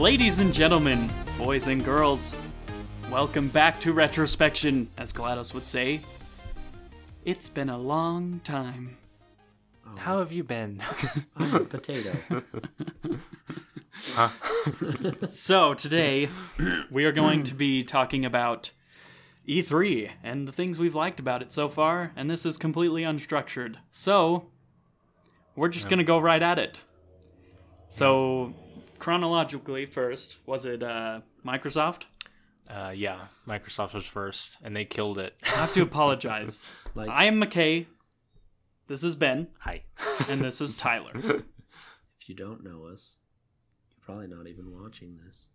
Ladies and gentlemen, boys and girls, welcome back to Retrospection, as GLaDOS would say. It's been a long time. How have you been? I'm a potato. So, today, we are going to be talking about E3 and the things we've liked about it so far, and this is completely unstructured. So, we're just going to go right at it. So, chronologically, first, was it uh, Microsoft? uh, yeah, Microsoft was first, and they killed it. I have to apologize. Like- I am McKay. This is Ben, Hi. and this is Tyler. if you don't know us, you're probably not even watching this.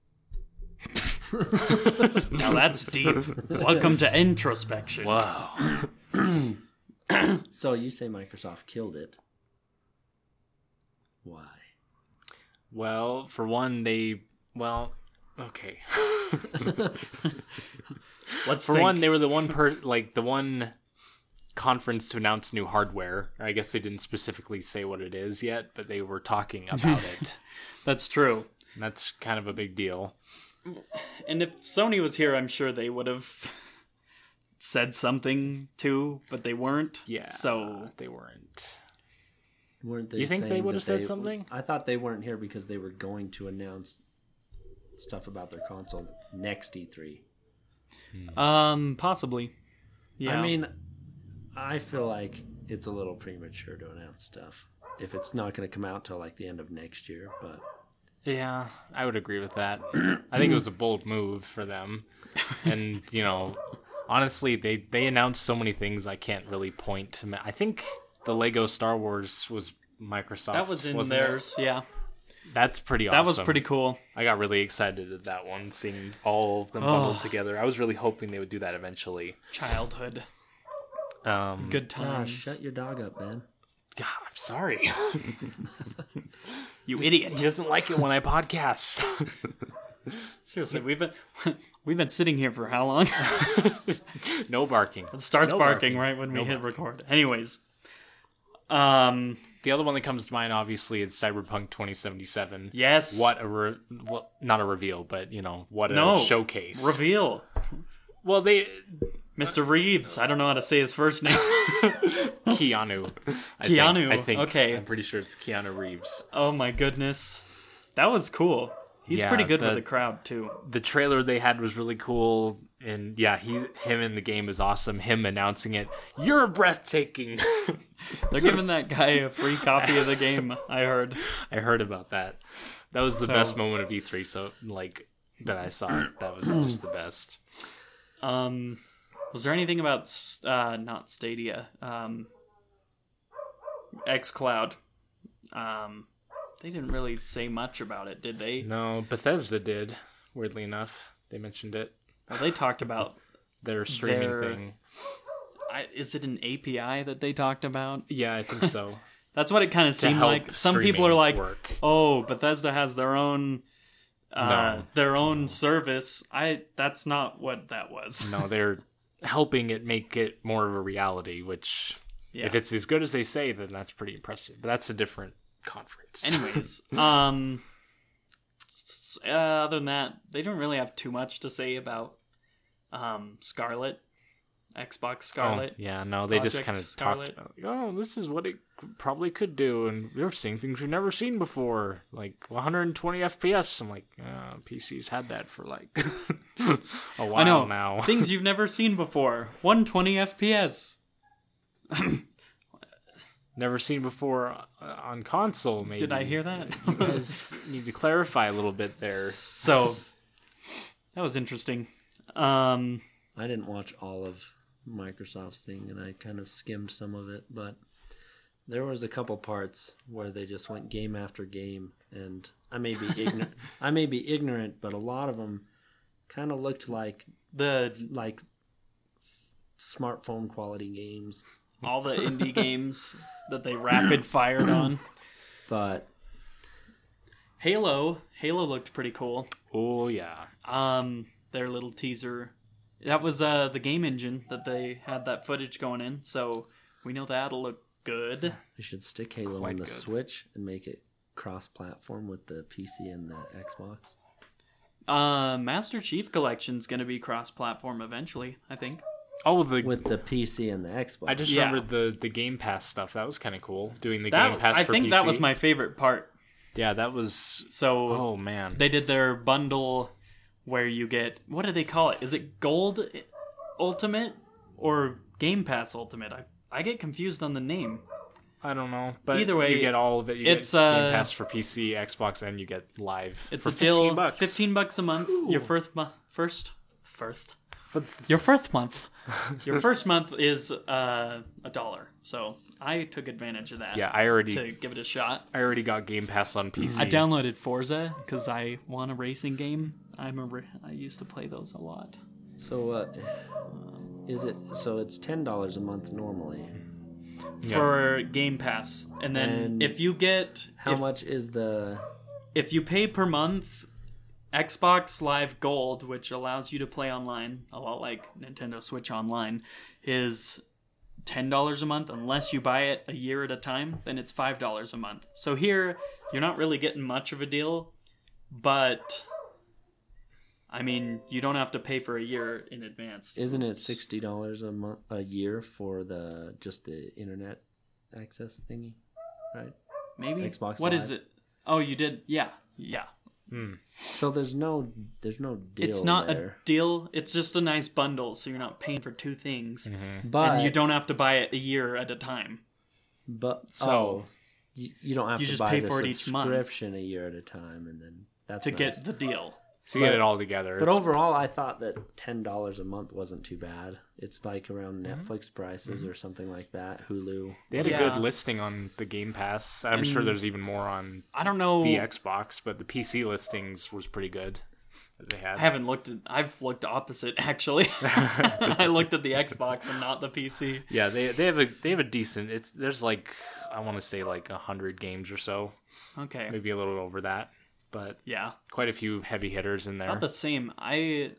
now that's deep. Welcome to introspection. Wow. So you say Microsoft killed it. Why? Well, for one, they well, okay. Let's For think. one, they were the one per like the one conference to announce new hardware. I guess they didn't specifically say what it is yet, but they were talking about it. that's true. And that's kind of a big deal. And if Sony was here, I'm sure they would have said something too, but they weren't. Yeah. So they weren't. Weren't they? You think they saying would have that said they- something? I thought they weren't here because they were going to announce stuff about their console next E E3. um possibly. Yeah. I mean, I feel like it's a little premature to announce stuff if it's not going to come out till like the end of next year. But Yeah, I would agree with that. I think it was a bold move for them. And, you know, honestly, they they announced so many things I can't really point to. ma- I think the Lego Star Wars was Microsoft. that was in wasn't it? theirs. Yeah. That's pretty awesome. That was pretty cool. I got really excited at that one, seeing all of them bundled together. I was really hoping they would do that eventually. Childhood. Um, Good ah, times. shut your dog up, Ben. God, I'm sorry. you idiot. he doesn't like it when I podcast. Seriously, we've been we've been sitting here for how long? no barking. It starts No barking, barking. right when we No hit barking. record. Anyways, um, The other one that comes to mind, obviously, is Cyberpunk 2077. yes, what a re- well, not a reveal, but you know what a No. showcase. reveal, well, they Mr. Reeves? I don't know how to say his first name. Keanu, I think- Keanu, I think okay. I'm pretty sure it's Keanu Reeves. oh my goodness, that was cool. He's Yeah, pretty good with the- the crowd too. The trailer they had was really cool, and yeah, he him in the game is awesome. Him announcing it, you're breathtaking. They're giving that guy a free copy of the game. I heard. I heard about that. That was the So- best moment of E3. So like that I saw, that was just the best. Um, was there anything about S- uh, not Stadia? Um, XCloud. Um, they didn't really say much about it, did they? No, Bethesda did. Weirdly enough, they mentioned it. Well, they talked about Their streaming Their- thing. I, is it an API that they talked about? Yeah, I think so. That's what it kind of to seemed help like. Some streaming people are like, work. "Oh, Bethesda has their own, uh, No. their own service." I that's not what that was. No, they're helping it make it more of a reality, which Yeah. if it's as good as they say, then that's pretty impressive. But that's a different conference. Anyways, um, s- uh, other than that, they don't really have too much to say about um Scarlet, Xbox Scarlet. Oh, yeah, no, they just Project kind of talked Scarlet. about, like, oh, this is what it probably could do, and we're seeing things we've never seen before, like 120 FPS. I'm like, uh, PC's had that for like a while I know now. things you've never seen before. 120 FPS. never seen before uh, on console, maybe. Did I hear that? you guys need to clarify a little bit there. So that was interesting. Um, I didn't watch all of Microsoft's thing and I kind of skimmed some of it, but there was a couple parts where they just went game after game and I may be ignorant I may be ignorant, but a lot of them kind of looked like the like smartphone quality games, all the indie games that they rapid fired on. but Halo, Halo looked pretty cool. Oh yeah. Um, their little teaser, that was uh the game engine that they had that footage going in, so we know that'll look good. they should stick Halo Quite on the good. Switch and make it cross-platform with the PC and the Xbox. Uh, Master Chief Collection's going to be cross-platform eventually, I think. Oh, the with the PC and the Xbox. I just Yeah. remembered the the Game Pass stuff. That was kind of cool. Doing the That Game Pass I for think that PC. was my favorite part. yeah. That was So oh man. they did their bundle where you get what do they call it? Is it Gold Ultimate or Game Pass Ultimate? I I get confused on the name. I don't know, but Either way, you get all of it. You get it's, uh, Game Pass for PC, Xbox, and you get live. It's for a deal, 15 bucks. fifteen bucks a month. Your first month, first, first, your first month. Your first month is uh, a dollar. So I took advantage of that. Yeah, I already to give it a shot. I already got Game Pass on PC. I downloaded Forza because I want a racing game. I'm a ra- I used to play those a lot. So what uh, is it? So it's ten dollars a month normally. Yeah. for Game Pass, and then And if you get How if, much is the? if you pay per month, Xbox Live Gold, which allows you to play online a lot like Nintendo Switch Online, is ten dollars a month unless you buy it a year at a time. Then it's five dollars a month. So here you're not really getting much of a deal, but I mean you don't have to pay for a year in advance. Isn't it sixty dollars a month a year for the just the internet access thingy, right? Maybe Xbox What is Live. it? Oh, you did. Yeah, yeah. So there's no there's no deal. it's not there. a deal it's just a nice bundle so you're not paying for two things Mm-hmm. but and you don't have to buy it a year at a time But So, oh, you, you don't have you to just buy pay the for it each month. subscription a year at a time, and then that's to nice. get the deal to get but- it all together. But it's- overall, I thought that ten dollars a month wasn't too bad. It's like around Mm-hmm. Netflix prices or something like that. Hulu. they had a Yeah. good listing on the Game Pass. I'm sure there's even more on i don't know the Xbox, but the PC listings was pretty good. That they i had. haven't looked at i've looked opposite actually i looked at the xbox and not the pc Yeah, they they have a they have a decent. It's there's like I want to say like a hundred games or so, okay maybe a little over that, but yeah quite a few heavy hitters in there. not the same i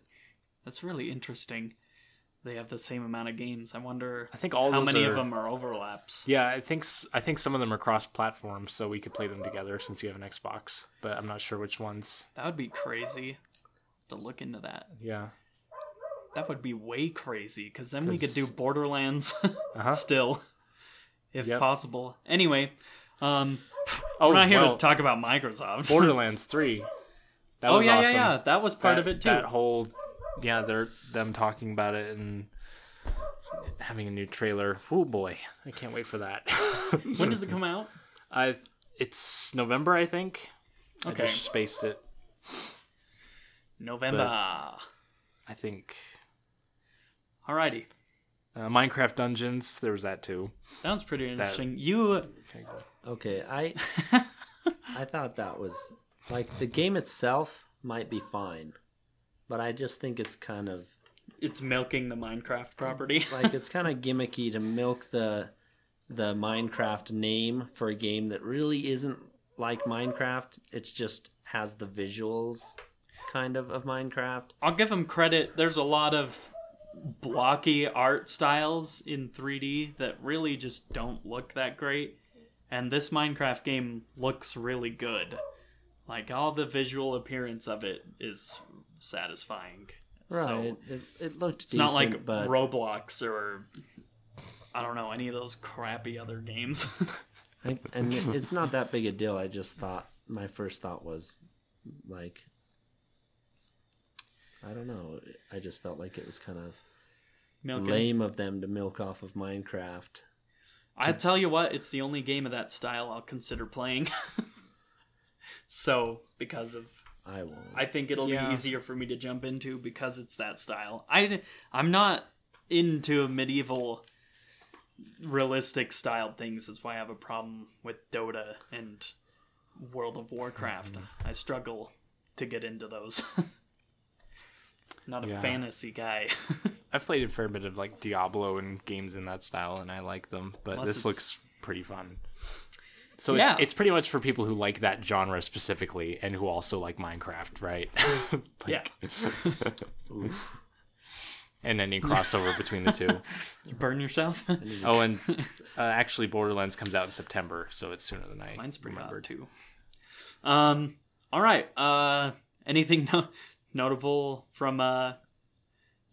that's really interesting they have the same amount of games i wonder I think all how those many are, of them are overlaps Yeah, I think s- I think some of them are cross-platform, so we could play them together since you have an Xbox. But I'm not sure which ones. that would be crazy to look into that Yeah, That would be way crazy because then we could 'Cause- do Borderlands Uh-huh. still, if Yep. possible. Anyway, um, Oh, we're not here well- to talk about Microsoft. Borderlands Three. That oh was yeah, awesome. yeah, yeah. That was part That- of it too. That whole yeah, they're them talking about it and having a new trailer. Oh boy, I can't wait for that. when does it come out? I it's November, I think. Okay, I just spaced it. November. I think Alrighty, uh, Minecraft Dungeons. There was that too. that was pretty interesting. You, Okay, I I thought that was like the game itself might be fine, but I just think it's kind of it's milking the Minecraft property. like it's kind of gimmicky to milk the the Minecraft name for a game that really isn't like Minecraft. It's just has the visuals kind of of Minecraft. I'll give them credit. There's a lot of blocky art styles in 3D that really just don't look that great. And this Minecraft game looks really good. Like all the visual appearance of it is satisfying. Right. So it, it looked it's not like but Roblox or I don't know any of those crappy other games. I, and it- it's not that big a deal. I just thought my first thought was like I don't know. I just felt like it was kind of Milk and- lame of them to milk off of Minecraft. I tell you what, it's the only game of that style I'll consider playing. so, because of I won't. I think it'll Yeah. be easier for me to jump into because it's that style. I I'm not into medieval realistic style things. That's why I have a problem with Dota and World of Warcraft. Mm-hmm. I struggle to get into those. not a Yeah. fantasy guy. I've played a fair bit of like Diablo and games in that style, and I like them. But Unless this it's- looks pretty fun. So Yeah. it's, it's pretty much for people who like that genre specifically, and who also like Minecraft, right? yeah. and any crossover between the two. You burn yourself. Oh, and uh, actually, Borderlands comes out in September, so it's sooner than I Mine's pretty hot remembered. too. Um all right. Uh anything no- notable from uh,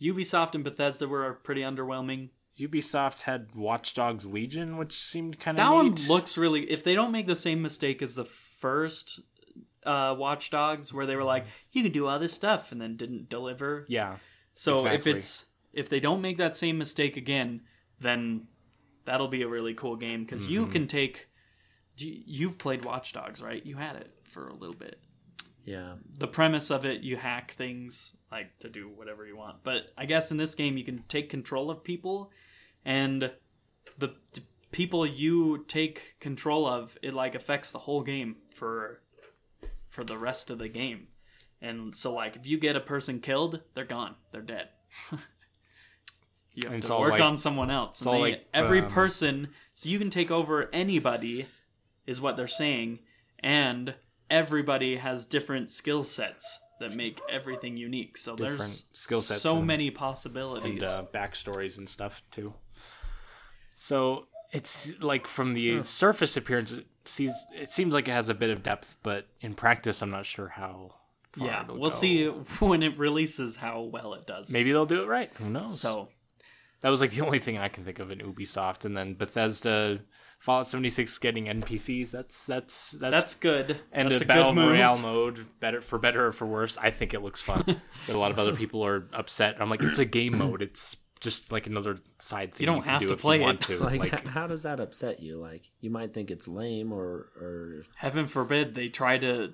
Ubisoft and Bethesda were pretty underwhelming. Ubisoft had Watch Dogs Legion, which seemed kind of That one looks really. If they don't make the same mistake as the first uh, Watch Dogs, where they were like, "You can do all this stuff," and then didn't deliver. Yeah, so exactly. if it's if they don't make that same mistake again, then that'll be a really cool game because you Mm-hmm. can take. do you- You've played Watch Dogs, right? You had it for a little bit. Yeah. The premise of it, you hack things like to do whatever you want. But I guess in this game, you can take control of people, and the t- people you take control of, it like affects the whole game for for the rest of the game. And so, like, if you get a person killed, they're gone. They're dead. you have And it's to all work like- on someone else. And all they, like, every um, person, so you can take over anybody, is what they're saying. And everybody has different skill sets that make everything unique. So there's Different skill sets so and- many and possibilities. uh, backstories and stuff too. So it's like from the surface appearance, it sees it seems like it has a bit of depth, but in practice, I'm not sure how. far yeah, it'll we'll go. see when it releases how well it does. Maybe they'll do it right. Who knows? So that was like the only thing I can think of in Ubisoft, and then Bethesda, Fallout 76 getting NPCs. That's that's that's, that's good. and that's a, battle move. royale mode, better for better or for worse. I think it looks fun, but a lot of other people are upset. I'm like, it's a game mode. It's just like another side thing. don't can have do to if play you want it. To. Like, like, h- how does that upset you? Like, you might think it's lame or or Heaven forbid they try to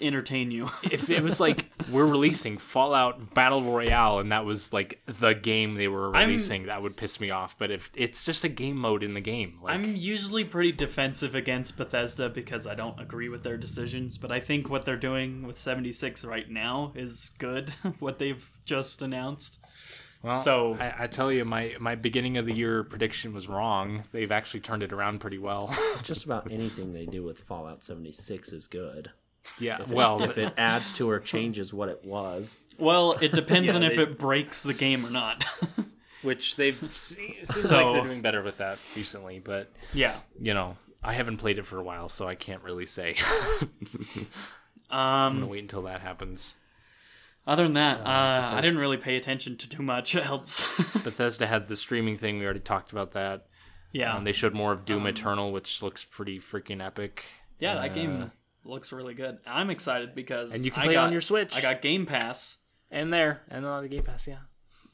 entertain you. if it was like we're releasing Fallout Battle Royale and that was like the game they were I'm- releasing, that would piss me off. But if it's just a game mode in the game, like I'm usually pretty defensive against Bethesda because I don't agree with their decisions, but I think what they're doing with 76 right now is good, what they've just announced. well, so- I, I tell you, my my beginning of the year prediction was wrong. They've actually turned it around pretty well. just about anything they do with Fallout 76 is good. yeah, If it- well, if it adds to or changes what it was, Well, it depends Yeah, on if they- it breaks the game or not. which they've se- seems So- like they're doing better with that recently. But yeah. you know, I haven't played it for a while, so I can't really say. Um I'm gonna wait until that happens. other than that, uh, I didn't really pay attention to too much else. Bethesda had the streaming thing. We already talked about that. yeah. Um, they showed more of Doom Eternal, which looks pretty freaking epic. yeah, that Uh, game looks really good. I'm excited because And you can I play it on got- your Switch. I got Game Pass. and there and on the Game Pass. Yeah,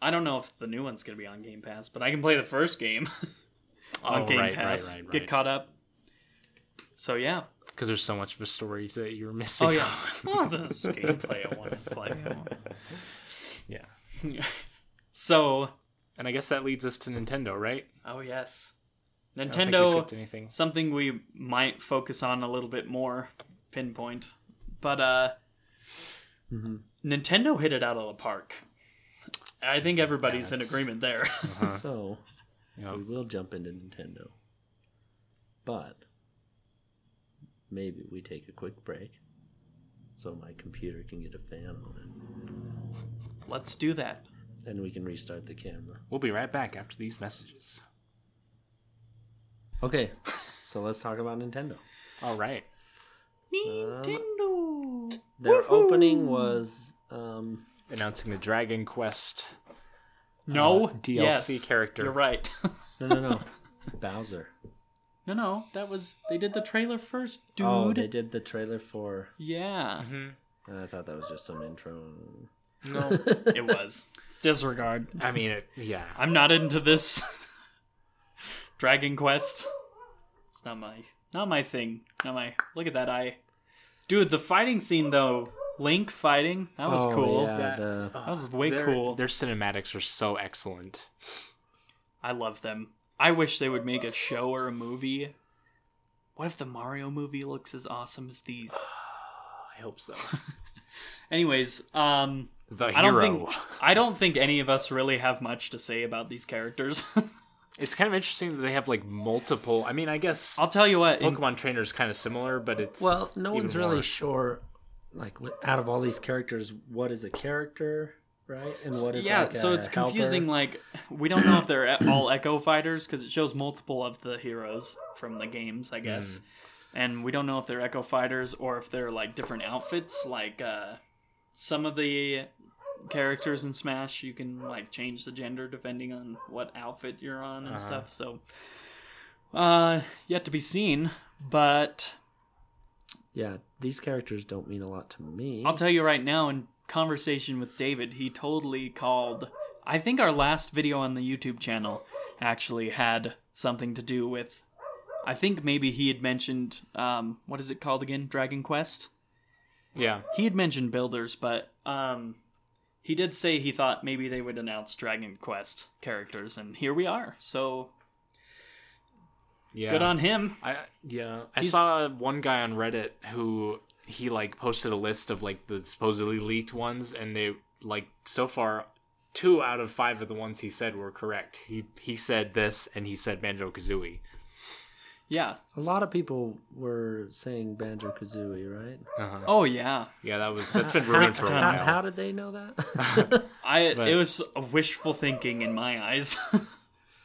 I don't know if the new one's going to be on Game Pass, but I can play the first game on Oh, Game right, Pass. right, right, Get right. caught up. So yeah. because there's so much of a story that you're missing. Oh yeah. oh, this gameplay I want to play. yeah. So, And I guess that leads us to Nintendo, right? oh yes. I don't think we Nintendo skipped anything. something we might focus on a little bit more pinpoint. But uh Mm-hmm. Nintendo hit it out of the park. I think everybody's in That's- agreement there. so we Yep. will jump into Nintendo. But maybe we take a quick break so my computer can get a fan on Let's do that. it and we can restart the camera. We'll be right back after these messages. Okay, so let's talk about Nintendo. All right. Nintendo. Their opening was um, Announcing the Dragon Quest. No Uh, DLC Oh, Yes. character. You're right. no, no, no, Bowser. no, no, that was they did the trailer first, dude. Oh, they did the trailer for. Yeah, I thought that was just some intro. No, it was. Disregard. I mean, it, yeah. I'm not into this. Dragon Quest. It's not my not my thing. Not my. Look at that eye, dude. The fighting scene though, Link fighting, that was Oh, cool. yeah, That- the- That was way Their- cool. Uh, Their cinematics are so excellent. I love them. I wish they would make a show or a movie. What if the Mario movie looks as awesome as these? I hope so. Anyways, um, The I don't hero. think I don't think any of us really have much to say about these characters. It's kind of interesting that they have like multiple. I mean, I guess I'll tell you what. in- Pokemon Trainer is kind of similar, but it's Well, no even one's really more- sure, like, what, out of all these characters, what is a character, right? And what is yeah like, so a it's confusing helper? like we don't know if they're e- all echo fighters because it shows multiple of the heroes from the games i Hmm. guess and we don't know if they're echo fighters or if they're like different outfits like uh some of the characters in Smash, you can like change the gender depending on what outfit you're on and Uh-huh. stuff. So, uh, yet to be seen. But Yeah, these characters don't mean a lot to me. I'll tell you right now, in conversation with David, he totally called. I think our last video on the YouTube channel actually had something to do with. I think maybe he had mentioned um, what is it called again? Dragon Quest. Yeah. He had mentioned builders, but um, he did say he thought maybe they would announce Dragon Quest characters, and here we are. So Yeah. good on him. I yeah. I He's- saw one guy on Reddit who he like posted a list of like the supposedly leaked ones, and they like so far two out of five of the ones he said were correct. He he said this, and he said Banjo Kazooie. Yeah. a lot of people were saying Banjo Kazooie, right? Uh-huh. Oh yeah. Yeah, that was that's been rumored for a How, while. how did they know that? I But- it was a wishful thinking in my eyes.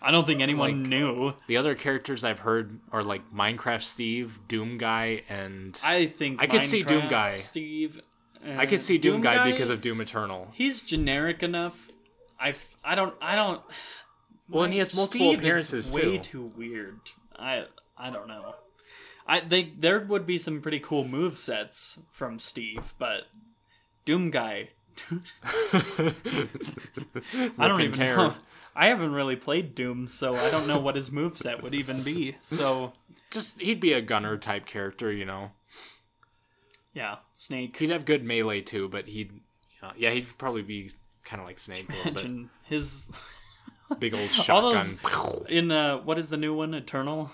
I don't think anyone Like- knew. The other characters I've heard are like Minecraft Steve, Doom Guy, and I, I think I could see Minecraft, Doom Guy. Steve. could see Doom, Guy, because of Doom Eternal. he's generic enough. I f- I don't I don't. Well, and he has multiple Steve appearances is way too. weird. I I don't know. I they there would be some pretty cool move sets from Steve, but Doom Guy. I don't Rip and even tear. know. I haven't really played Doom, so I don't know what his move set would even be. So Just he'd be a gunner type character, you know. yeah, Snake. He'd have good melee too, but he'd uh, yeah, he'd probably be kind of like Snake, a little Imagine his bit. big old All shotgun. those- in uh what is the new one eternal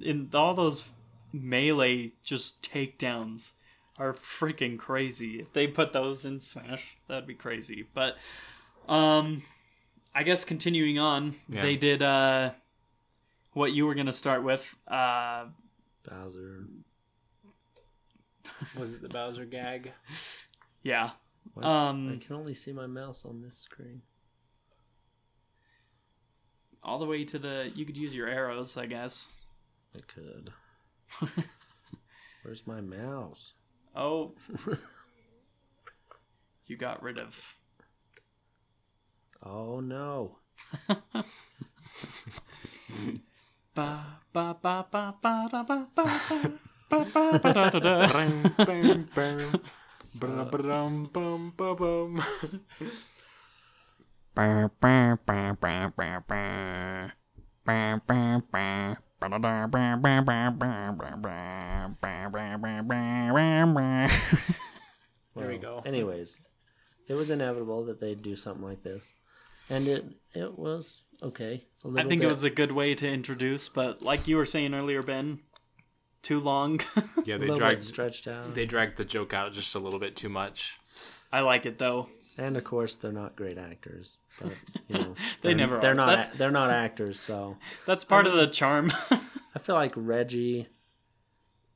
in all those melee just takedowns are freaking crazy if they put those in smash that'd be crazy but um i guess continuing on Yeah. they did uh what you were gonna start with uh Bowser. Was it the Bowser gag? yeah What? I um can only see my mouse on this screen. all the way to the you could use your arrows i guess I could. Where's my mouse? oh you got rid of Oh no. Ba ba ba ba ba da ba ba ba ba ba ba da da da. There we go. Anyways, it was inevitable that they'd do something like this, and it it was okay. A I little think bit. it was a good way to introduce, but like you were saying earlier, Ben, too long. Yeah, a they little bit dragged stretched out, they dragged the joke out just a little bit too much. I like it though. and of course they're not great actors. But, you know, They they're- never They're are. not. That's- a- They're not actors. So That's part of the charm. I feel like Reggie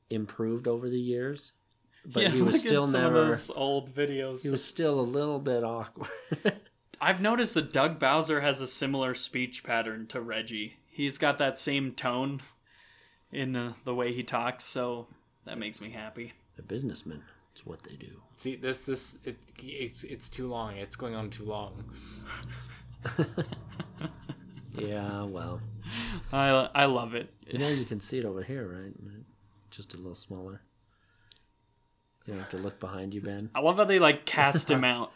improved over the years, but Yeah, he look at was still some of never. those old He videos. was still a little bit awkward. I've noticed that Doug Bowser has a similar speech pattern to Reggie. He's got that same tone in uh, the way he talks, so that makes me happy. they're businessmen. It's what they do. See this this it, it's it's too long. It's going on too long. Yeah, well, I I love it. you know you can see it over here, right? Just a little smaller. You don't have to look behind you, Ben. I love how they like cast him out.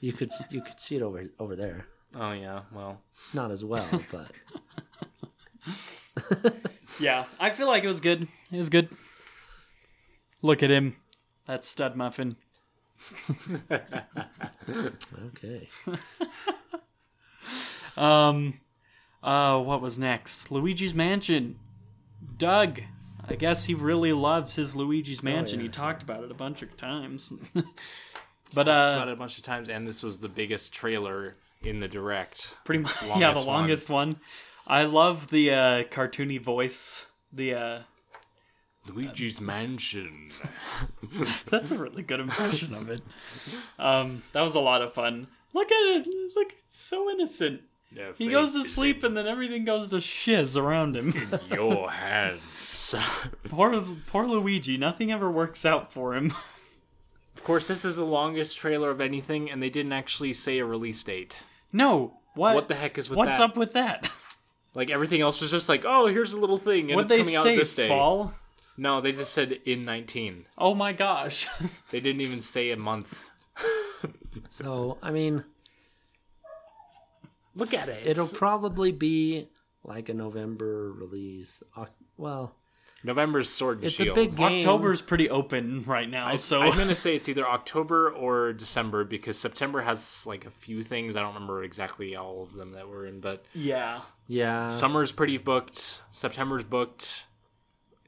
You could you could see it over over there. Oh yeah, well. Not as well, but Yeah, I feel like it was good. It was good. Look at him, that stud muffin. okay. Um, uh, what was next? Luigi's Mansion. Doug, I guess he really loves his Luigi's Oh, Mansion. yeah. He talked about it a bunch of times. but about uh, it a bunch of times, and this was the biggest trailer in the direct. pretty much, yeah, the longest one. longest one. I love the uh, cartoony voice. The uh, Luigi's Mansion. that's a really good impression of it. Um, that was a lot of fun. Look at it. Look, it's so innocent. He goes to sleep and then everything goes to shiz around him. Your hands. poor, poor Luigi. Nothing ever works out for him. Of course, this is the longest trailer of anything, and they didn't actually say a release date. No, what? What the heck is with What's that? up with that? Like everything else was just like, oh, here's a little thing, and What it's they coming out say? this day. Fall? No, they just said in 19. Oh my gosh! They didn't even say a month. So I mean, Look at it. it'll It's- probably be like a November release. Oc- Well, November's Sword and it's Shield. a big game. October's pretty open right now, so I'm gonna say it's either October or December because September has like a few things. I don't remember exactly all of them that were in, but yeah. Yeah. Uh, summer's pretty booked. September's booked,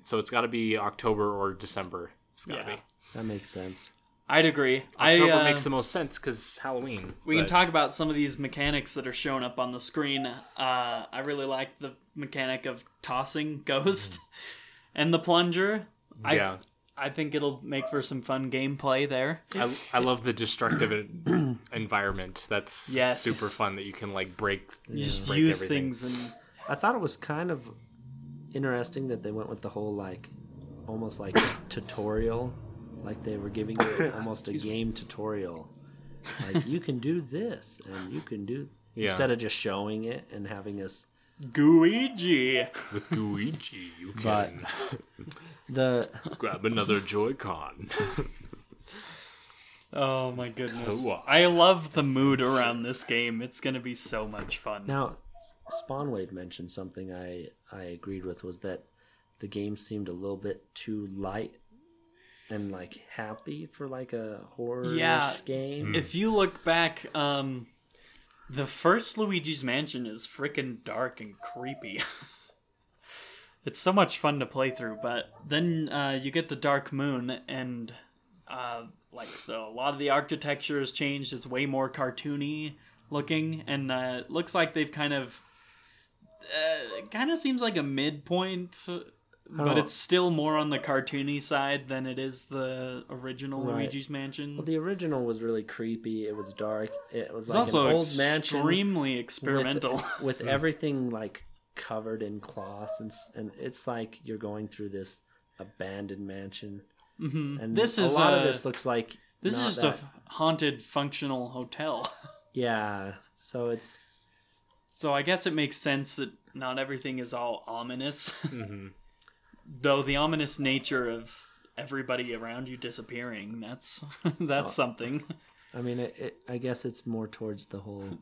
so it's got to be October or December. It's got to Yeah. be. That makes sense. I'd agree. October I, uh, makes the most sense because Halloween. we can but- talk about some of these mechanics that are showing up on the screen. Uh, I really like the mechanic of tossing ghost and the plunger. Mm-hmm. Yeah. I, I think it'll make for some fun gameplay there. I, I love the destructive en- environment. That's Yes. super fun that you can like break. You just break use everything. things and I thought it was kind of interesting that they went with the whole like almost like tutorial, like they were giving you almost a game tutorial. Like you can do this and you can do Yeah. instead of just showing it and having us Gooigi. with Luigi. You But- can the grab another Joy-Con. Oh my goodness. Cool. I love the mood around this game. It's going to be so much fun. now Spawnwave mentioned something I I agreed with was that the game seemed a little bit too light and like happy for like a horror Yeah. game. If you look back, um, the first Luigi's Mansion is freaking dark and creepy. it's so much fun to play through, but then uh, you get to Dark Moon, and uh, like the, a lot of the architecture has changed. It's way more cartoony looking, and uh, it looks like they've kind of. Uh, kind of seems like a midpoint, but Oh. it's still more on the cartoony side than it is the original Right. Luigi's Mansion. Well, the original was really creepy. It was dark. It was It's like also an old mansion with- extremely experimental. with, everything like covered in cloth, and s- and it's like you're going through this abandoned mansion. Mhm. And This a is lot a- of this looks like This is not just a that- f- haunted functional hotel. yeah. So it's so I guess it makes sense that not everything is all ominous, Mm-hmm. hmm though the ominous nature of everybody around you disappearing that's that's Oh. something I mean it, it, I guess it's more towards the whole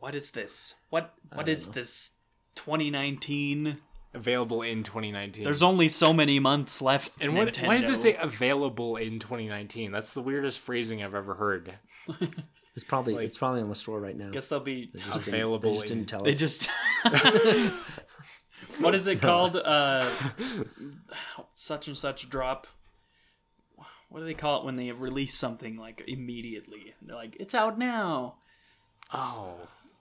what is this what what don't is know. this 2019 Available in 2019. there's only so many months left and what, why does it Nintendo. say available in 2019? That's the weirdest phrasing I've ever heard. it's probably it's probably on the store right now. guess they'll be They just didn't- available They just in- didn't tell They us. just. what is it called? Uh, such and such drop. What do they call it when they release something like immediately? They're like, "It's out now." Oh,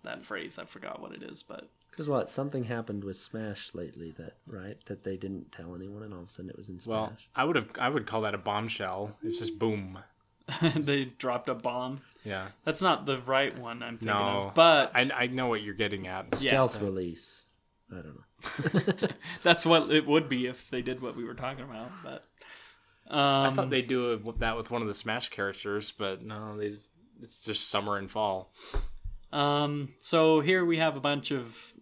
That phrase, I forgot what it is, but Because what something happened with Smash lately that right that they didn't tell anyone, and all of a sudden it was in Smash. well, I would have. I would call that a bombshell. It's just boom. they dropped a bomb. Yeah. That's not the right one I'm thinking No. of, but I, I know what you're getting at. yeah, stealth release. I don't know. that's what it would be if they did what we were talking about. But I um, thought they'd do a, that with one of the Smash characters, but no, they. It's just summer and fall. um, so here we have a bunch of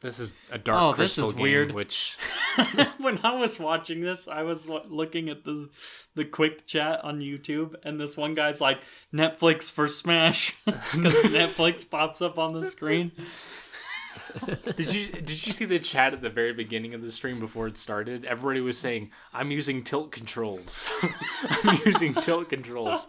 This is a dark Oh, this crystal is game, weird. which when I was watching this, I was wa- looking at the the quick chat on YouTube, and this one guy's like Netflix for Smash because Netflix pops up on the screen. did you did you see the chat at the very beginning of the stream before it started? Everybody was saying, "I'm using tilt controls. I'm using tilt controls,"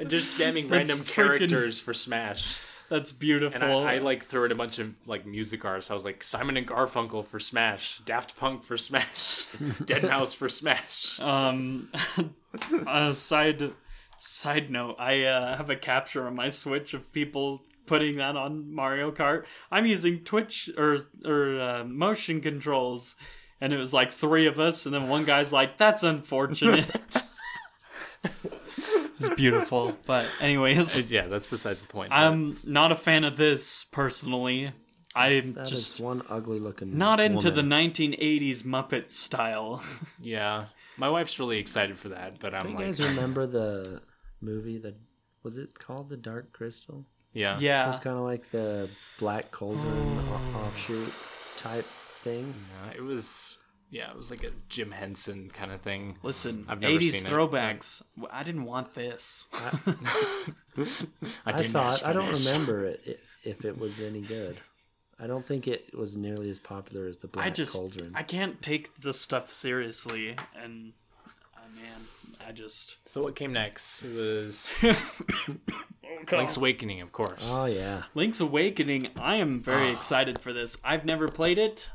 and just spamming That's random freaking- characters for Smash. That's beautiful. And I, I like threw in a bunch of like music artists. I was like Simon and Garfunkel for Smash, Daft Punk for Smash, Deadmau5 for Smash. um, a side side note: I uh, have a capture on my Switch of people putting that on Mario Kart. I'm using Twitch or or uh, motion controls. And it was like three of us, and then one guy's like, "That's unfortunate." it's beautiful, but anyways, yeah, that's besides the point. I'm not a fan of this personally. I'm That is just one ugly looking. not into woman. the 1980s Muppet style. yeah, my wife's really excited for that, but I'm Do you like, guys remember the movie that was it called The Dark Crystal? Yeah. yeah. It's kind of like the Black Cauldron Oh. o- offshoot type thing. Uh, it was. Yeah, it was like a Jim Henson kind of thing. Listen, I've never 80s seen it. throwbacks. W- I didn't want this. I, I didn't saw ask it. for I don't this. remember it i- if it was any good. I don't think it was nearly as popular as the Black I just Cauldron. I can't take this stuff seriously and uh, man, I just So what came next? It was Oh, Link's Link's, Awakening, of course. Oh yeah, Link's Awakening. I am very Ah. excited for this. I've never played it.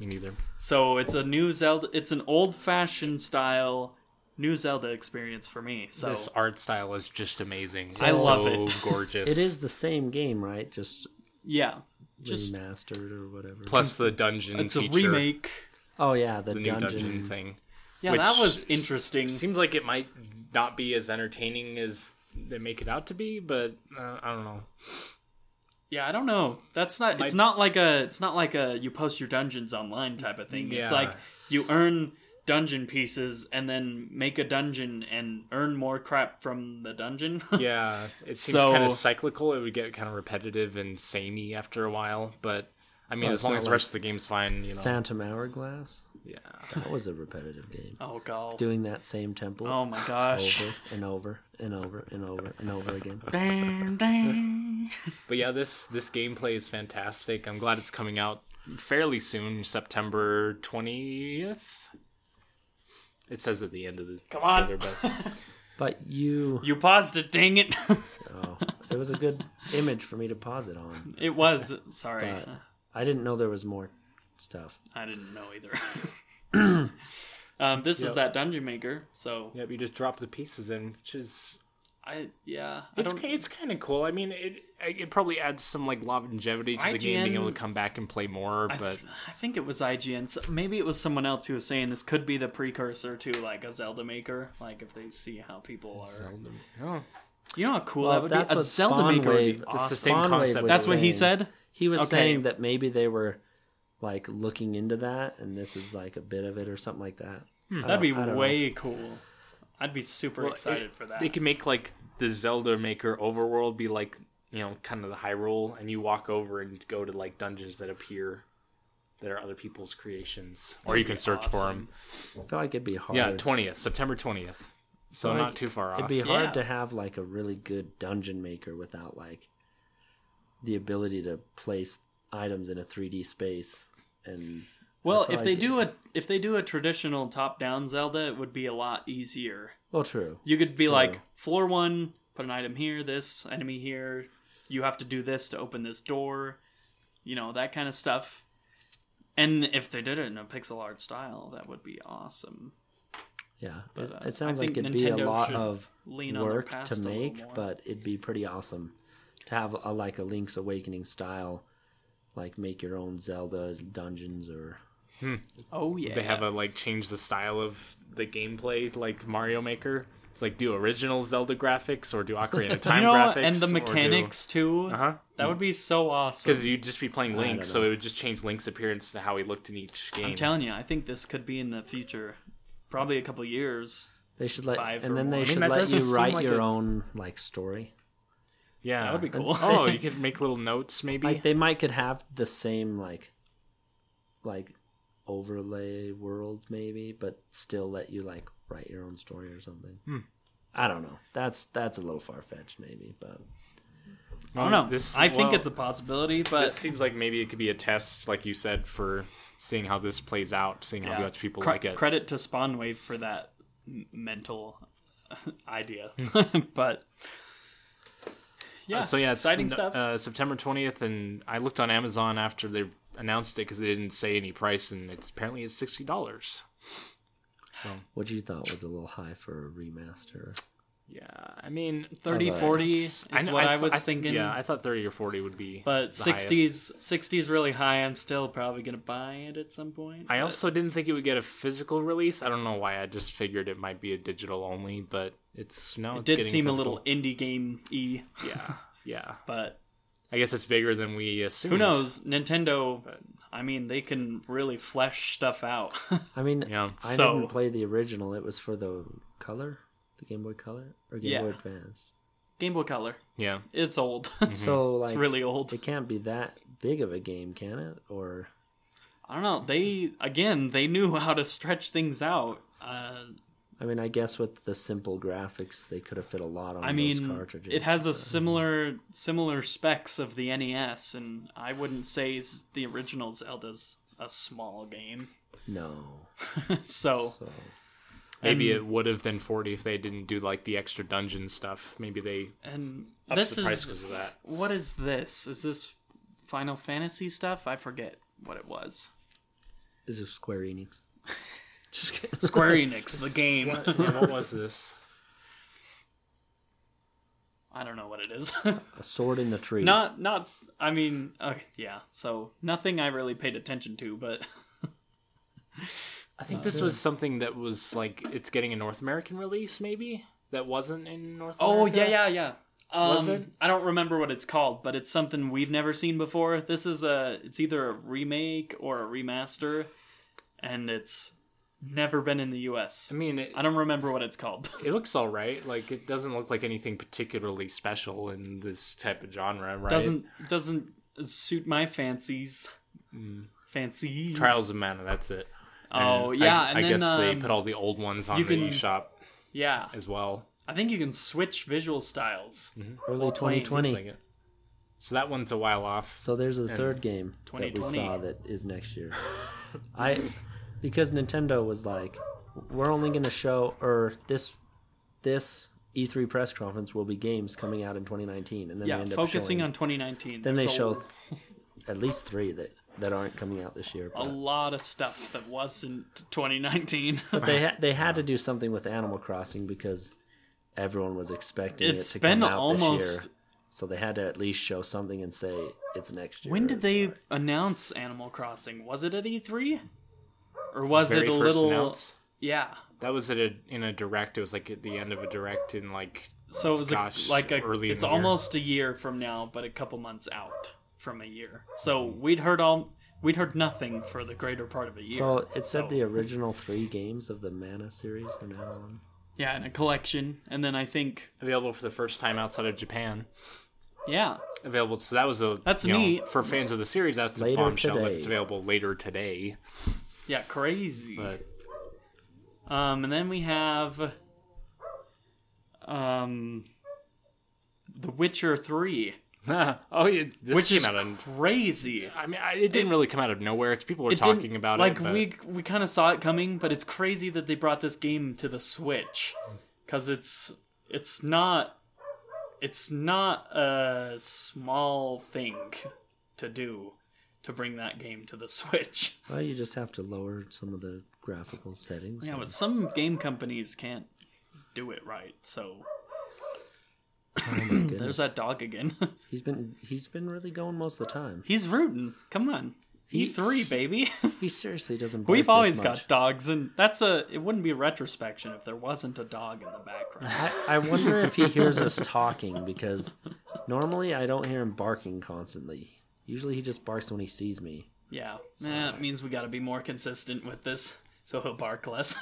Me neither. So it's a new Zelda it's an old-fashioned style new Zelda experience for me. So This art style is just amazing. I It's love so it. Gorgeous. it is the same game, right? Just, yeah, just remastered or whatever. Plus the dungeon. it's a feature, remake. oh yeah, the, The new dungeon. dungeon, thing. Yeah, Which that was interesting. Seems like it might not be as entertaining as they make it out to be, but uh, I don't know. Yeah, I don't know. That's not. It's My- not like a. It's not like a. You post your dungeons online type of thing. It's Yeah. like you earn dungeon pieces and then make a dungeon and earn more crap from the dungeon. Yeah, it seems So- kind of cyclical. It would get kind of repetitive and samey after a while, but I mean, Well, as Oh, it's long not as the like- rest of the game's fine, you know. Phantom Hourglass. yeah. That was a repetitive game. oh god. Doing that same temple Oh my gosh. over and over and over and over and over again. Dang, dang. But yeah, this this gameplay is fantastic. I'm glad it's coming out fairly soon, September 20th. It says at the end of the Come on. trailer, but But you, You paused it. Dang it. oh, it was a good image for me to pause it on. it was. Sorry, But I didn't know there was more stuff. I didn't know either. um, this is that dungeon maker. So yeah, you just drop the pieces in, which is I yeah. I it's don't, ki- it's kind of cool. I mean, it it probably adds some like longevity to the game, being IGN able to come back and play more. I But th- I think it was IGN. So maybe it was someone else who was saying this could be the precursor to like a Zelda maker. Like if they see how people are, Oh. you know how cool Well, that would be. that's A what Zelda Spawn maker Wave. would be the awesome. same Spawn Wave concept. was That's what he saying. said. He was Okay. saying that maybe they were like looking into that, and this is like a bit of it or something like that. I Hmm, That'd don't- be I don't know. way cool. I'd be super Well, excited it- for that. They can make like the Zelda Maker overworld be like you know kind of the Hyrule, and you walk over and go to like dungeons that appear that are other people's creations, or you can search for 'em. for them. awesome. I feel like it'd be hard. Yeah, twentieth September twentieth. So Like, not too far It'd off. be hard Yeah. to have like a really good dungeon maker without like the ability to place items in a 3D space. And well, I feel if they like- do a if they do a traditional top down Zelda, it would be a lot easier. well, true. You could be like floor one, put an item here, this enemy here. You have to do this to open this door. You know that kind of stuff. And if they did it in a pixel art style, that would be awesome. Yeah, But, it, uh, it sounds I like think it'd be a Nintendo lot should of Lean on their work past to a little make, more. but it'd be pretty awesome to have a like a Link's Awakening style, like make your own Zelda dungeons or oh yeah, They have a like change the style of the gameplay like Mario Maker. It's like do original Zelda graphics or do Ocarina of Time you know, graphics and the or do- mechanics too. Uh-huh. That would be so awesome. Because you'd just be playing don't Link, so know. it would just change Link's appearance to how he looked in each game. I'm telling you, I think this could be in the future, probably a couple years. they should let Five or and then more. I they mean, should that let doesn't you seem write like your a- own like story. Yeah, That would be cool. oh, you could make little notes, maybe. Like they might could have the same like like overlay world maybe, but still let you like write your own story or something. Hmm. I don't know. That's that's a little far fetched maybe, but I don't know. I think it's a possibility, but This seems like maybe it could be a test, like you said, for seeing how this plays out, seeing yeah. how much people Cre- like it. Credit to Spawn Wave for that m- mental idea, but yeah. Hmm. Uh, so yeah, exciting n- stuff. Uh, September twentieth, and I looked on Amazon after they announced it because they didn't say any price, and it's apparently it's sixty dollars. So what you thought was a little high for a remaster. yeah, I mean, 30, Alright. 40 is it's- I know- what I I, th- was I th- thinking. Yeah, I thought thirty or forty would be, but the highest. 60s, 60s really high. I'm still probably gonna buy it at some point. I but- also didn't think it would get a physical release. I don't know why. I just figured it might be a digital only, but it's no. it it's did getting seem a physical. little indie game y, Yeah, yeah. but I guess it's bigger than we assumed. who knows? Nintendo. I mean, they can really flesh stuff out. I mean Yeah. I So- didn't play the original, it was for the color. The Game Boy Color or Game Yeah. Boy Advance? Game Boy Color. Yeah. It's old. Hmm. So Mm-hmm. like it's really old. it can't be that big of a game, can it? Or I don't know. They again, they knew how to stretch things out. Uh, I mean, I guess with the simple graphics, they could have fit a lot on I those mean, cartridges. Uh, it has a similar similar specs of the NES, and I wouldn't say s- the original Zelda's a small game. no. So So Maybe it would have been 40 if they didn't do like the extra dungeon stuff. Maybe they and upped this the price is because of that. what is this? Is this Final Fantasy stuff? I forget what it was. is it Square Enix? Just kidding. Square E- Enix, the game. Yeah, what was this? I don't know what it is. a sword in the tree. not not. s- I mean, okay, yeah. So nothing I really paid attention to, but I think this was something that was like it's getting a North American release, maybe that wasn't in North. Oh America? yeah, yeah, yeah. Um, Was it? I don't remember what it's called, but it's something we've never seen before. This is a it's either a remake or a remaster, and it's never been in the U.S. I mean, it, I don't remember what it's called. it looks all right. Like it doesn't look like anything particularly special in this type of genre, right? Doesn't doesn't suit my fancies. Mm. Fancy. Trials of Mana. That's it. Mm-hmm. Oh, And yeah, I, and I then, guess they um, put all the old ones on you the can- shop yeah, as well. I think you can switch visual styles. Early 2020. Looks like it. So that one's a while off. So there's a third game that we 2020. saw that is next year. I because Nintendo was like, we're only going to show or this this E3 press conference will be games coming out in 2019, and then they Yeah, end up focusing showing, on 2019. Then they There's a- show at least three that that aren't coming out this year. a But lot of stuff that wasn't 2019. they ha- they had to do something with Animal Crossing because everyone was expecting it It's to been come out this almost- year. So they had to at least show something and say it's next year. When did or they something. announce Animal Crossing? Was it at E3? Or was it Very a first little announce. Yeah. That was at a, in a direct. It was like at the end of a direct in like So it was Gosh, a, like a early in it's the year. almost a year from now, but a couple months out from a year. So we'd heard all we'd heard nothing for the greater part of a year. So it So- said the original three games of the Mana series are now on. yeah, in a collection. And then I think available for the first time outside of Japan. yeah. Available. So that was a That's you know, neat. for fans of the series. That's Later a bombshell that today. it's available later today. Yeah, crazy. But Um and then we have um The Witcher 3, oh yeah, this which came is out. on crazy. I mean, I, it didn't really come out of nowhere. People were It didn't- talking about like it. but- we we kind of saw it coming but it's crazy that they brought this game to the switch because it's it's not it's not a small thing to do to bring that game to the switch Well, you just have to lower some of the graphical settings. yeah but some game companies can't do it right so there's that dog again He's been he's been really going most of the time. he's rooting come on e3 baby He seriously doesn't. bark we've this always got much. dogs and that's a it wouldn't be a retrospection if there wasn't a dog in the background I, I wonder if he hears us talking because normally I don't hear him barking constantly. Usually he just barks when he sees me. Yeah, Eh, it means we got to be more consistent with this, so he'll bark less.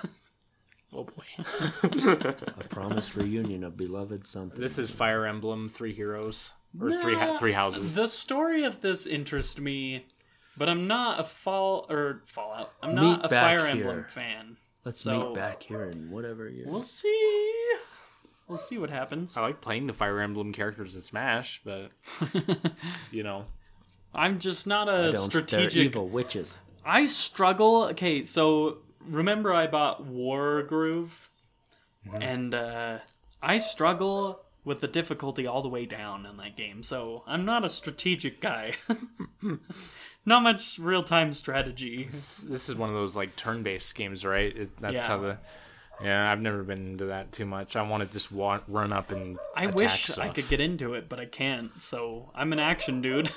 oh boy, A promised reunion of beloved something. this is Fire Emblem Three Heroes or three Nah. ha- three houses. the story of this interests me, but I'm not a fall or Fallout. I'm Meet not a back Fire Emblem here. fan. Let's so- meet back here in whatever year. We'll see. We'll see what happens. I Oh. like playing the Fire Emblem characters in Smash, but you know, I'm just not I a don't. They're strategic. evil witches. I struggle. Okay, so remember I bought War Groove, and uh, I struggle with the difficulty all the way down in that game. So I'm not a strategic guy. not much real time strategy. this is one of those like turn-based games, right? It, that's Yeah. how the yeah. I've never been into that too much. I want to just wa- run up and I attack wish I stuff. could get into it, but I can't. So I'm an action dude.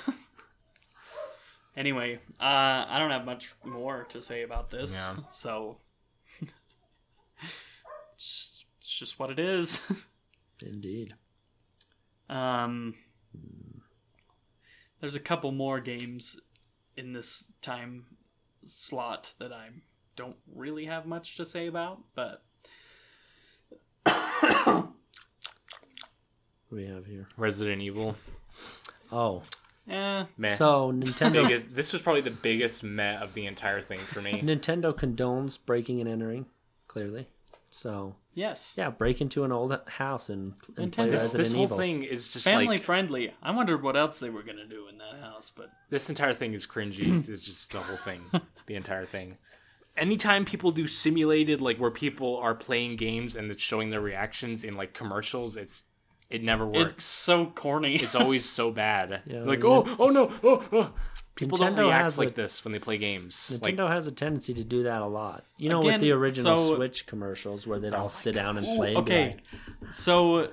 anyway, uh, I don't have much more to say about this. Yeah. So it's it's just what it is. Indeed. Um, there's a couple more games in this time slot that I don't really have much to say about, but What do we have here? Resident Evil. Oh, Eh, Meh. so Nintendo Biggest- this was probably the biggest meh of the entire thing for me. Nintendo condones breaking and entering, clearly. So yes. yeah, break into an old house and, and play Nintendo- this, Resident this whole Evil. thing is just Family like friendly. I wondered what else they were gonna do in that house, but this entire thing is cringy. it's just the whole thing, the entire thing. Anytime people do simulated, like where people are playing games and it's showing their reactions in like commercials, it's it never it's works. so corny. It's always so bad. Yeah, like well, oh oh no oh, oh. people don't Nintendo react has like a- this when they play games. Like Nintendo has a tendency to do that a lot. You know, Again, with the original so- Oh Switch commercials where they'd all sit down and play. and be okay. like, So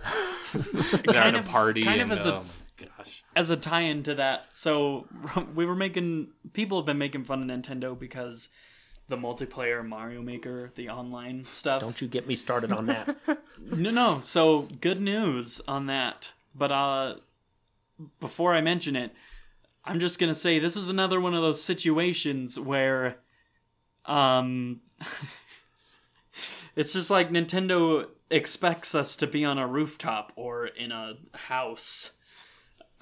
they're kind at of- a party. kind of and, as a- oh my gosh. as a tie-in to that, so we were making people have been making fun of Nintendo because the multiplayer Mario Maker, the online stuff. Don't you get me started on that. No, no. So good news on that. But uh, before I mention it, I'm just gonna say this is another one of those situations where, um, it's just like Nintendo expects us to be on a rooftop or in a house.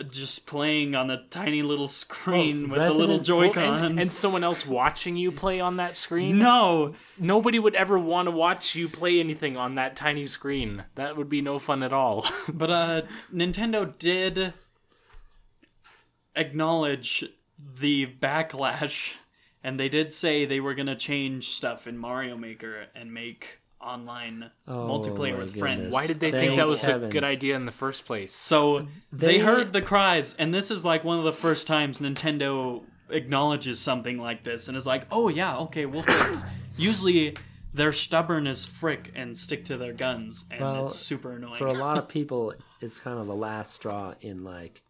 Just playing on a tiny little screen Well, with a little Resident- well, Joy-Con. and, and someone else watching you play on that screen. no, Nobody would ever want to watch you play anything on that tiny screen. That would be no fun at all. But uh Nintendo did acknowledge the backlash and they did say they were going to change stuff in Mario Maker and make online Oh, multiplayer my with goodness. friends. Why did they Thank think that was a heavens. good idea in the first place? So they, They- heard the cries and this is like one of the first times Nintendo acknowledges something like this and is like, "Oh yeah, okay, we'll fix." Usually they're stubborn as frick and stick to their guns and Well, it's super annoying. For a lot of people, it's kind of the last straw in like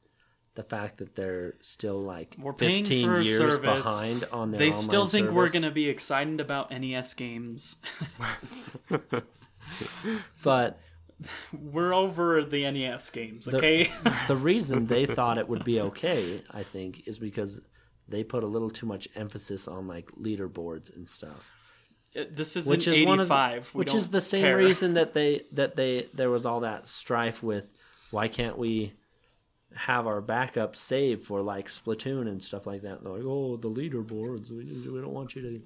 the fact that they're still like We're paying 15 for a years service. behind on their. They online still think we're service. gonna be excited about NES games. But we're over the NES games, okay? the reason they thought it would be okay, I think, is because they put a little too much emphasis on like leaderboards and stuff. this is which an is one of the- 85. We which is don't the same care. reason that they that they there was all that strife with why can't we have our backup save for like Splatoon and stuff like that. They're like, oh, the leaderboards. We, we don't want you to.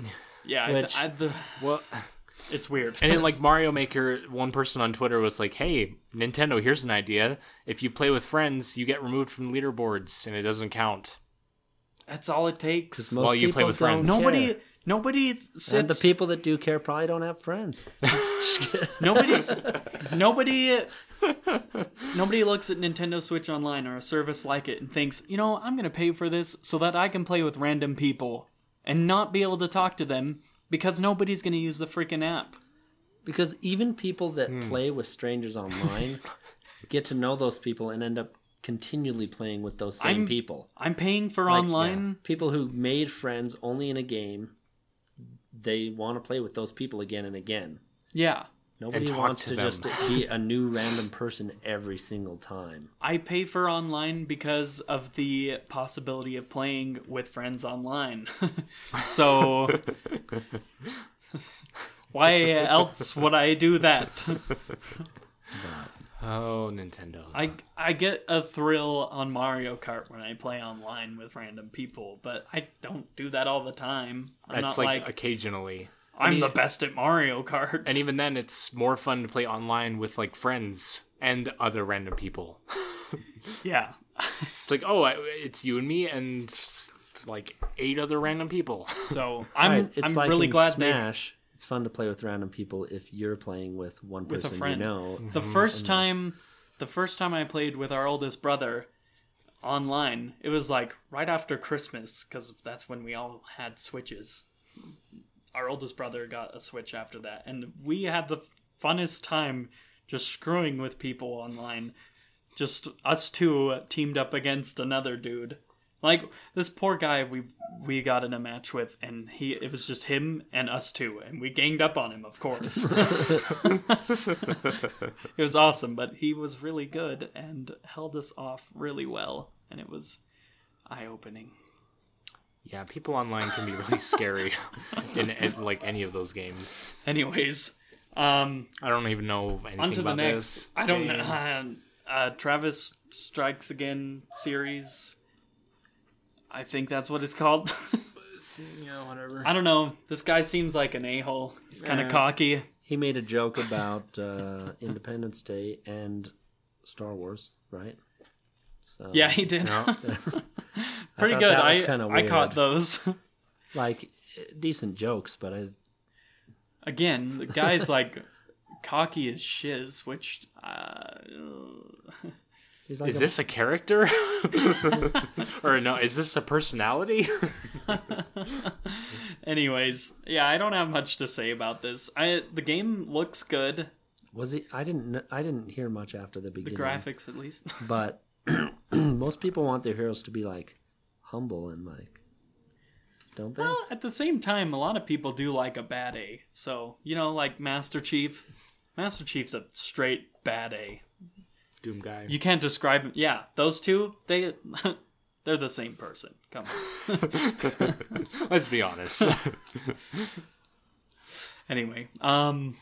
Yeah, I which- th- I, the, Well, it's weird. and then like Mario Maker, one person on Twitter was like, "Hey, Nintendo, here's an idea. If you play with friends, you get removed from leaderboards, and it doesn't count." That's all it takes. Most While you play people with friends. don't Nobody, care. nobody And the sits. people that do care probably don't have friends. nobody's, nobody, nobody looks at Nintendo Switch Online or a service like it and thinks, you know, I'm gonna pay for this so that I can play with random people and not be able to talk to them because nobody's gonna use the freaking app. Because even people that Hmm. play with strangers online get to know those people and end up continually playing with those same I'm- people. I'm paying for Like, online. People who made friends only in a game, they want to play with those people again and again. Yeah. Nobody talk wants to to, them. just be a new random person every single time. I pay for online because of the possibility of playing with friends online. so why else would I do that? Oh, Nintendo. I I get a thrill on Mario Kart when I play online with random people, but I don't do that all the time. I'm That's not like, like occasionally. I'm the best at Mario Kart. And even then, it's more fun to play online with like friends and other random people. yeah. It's like, oh, I, it's you and me and s- like eight other random people. So I'm Right, it's I'm like really in glad they Smash. It's fun to play with random people if you're playing with one With a person friend. you know. The first time, the first time I played with our oldest brother online, it was like right after Christmas because that's when we all had switches. Our oldest brother got a switch after that, and we had the funnest time just screwing with people online. Just us two teamed up against another dude. Like this poor guy we we got in a match with, and he it was just him and us two, and we ganged up on him, of course. it was awesome, but he was really good and held us off really well, and it was eye opening. Yeah, people online can be really scary in, in like any of those games. Anyways, um, I don't even know anything on to the about next. this. I don't game. know. uh, Travis Strikes Again series. I think that's what it's called. Yeah, whatever. I don't know. This guy seems like an a hole. He's kind of Yeah. cocky. He made a joke about uh, Independence Day and Star Wars, right? So Yeah, he did. No. Pretty thought good. that was I kinda I caught weird. those. like decent jokes, but I Again, the guy's like cocky as shiz, which uh, he's like Is a- this a character? or no, is this a personality? anyways, yeah, I don't have much to say about this. I the game looks good. was he? I didn't kn- I didn't hear much after the The beginning. graphics at least. but most people want their heroes to be like humble and like, don't they? Well, at the same time, a lot of people do like a bad A. So, you know, like Master Chief. Master Chief's a straight bad A. Doom guy. You can't describe yeah, those two, they they're the same person. Come on. Let's be honest. Anyway, um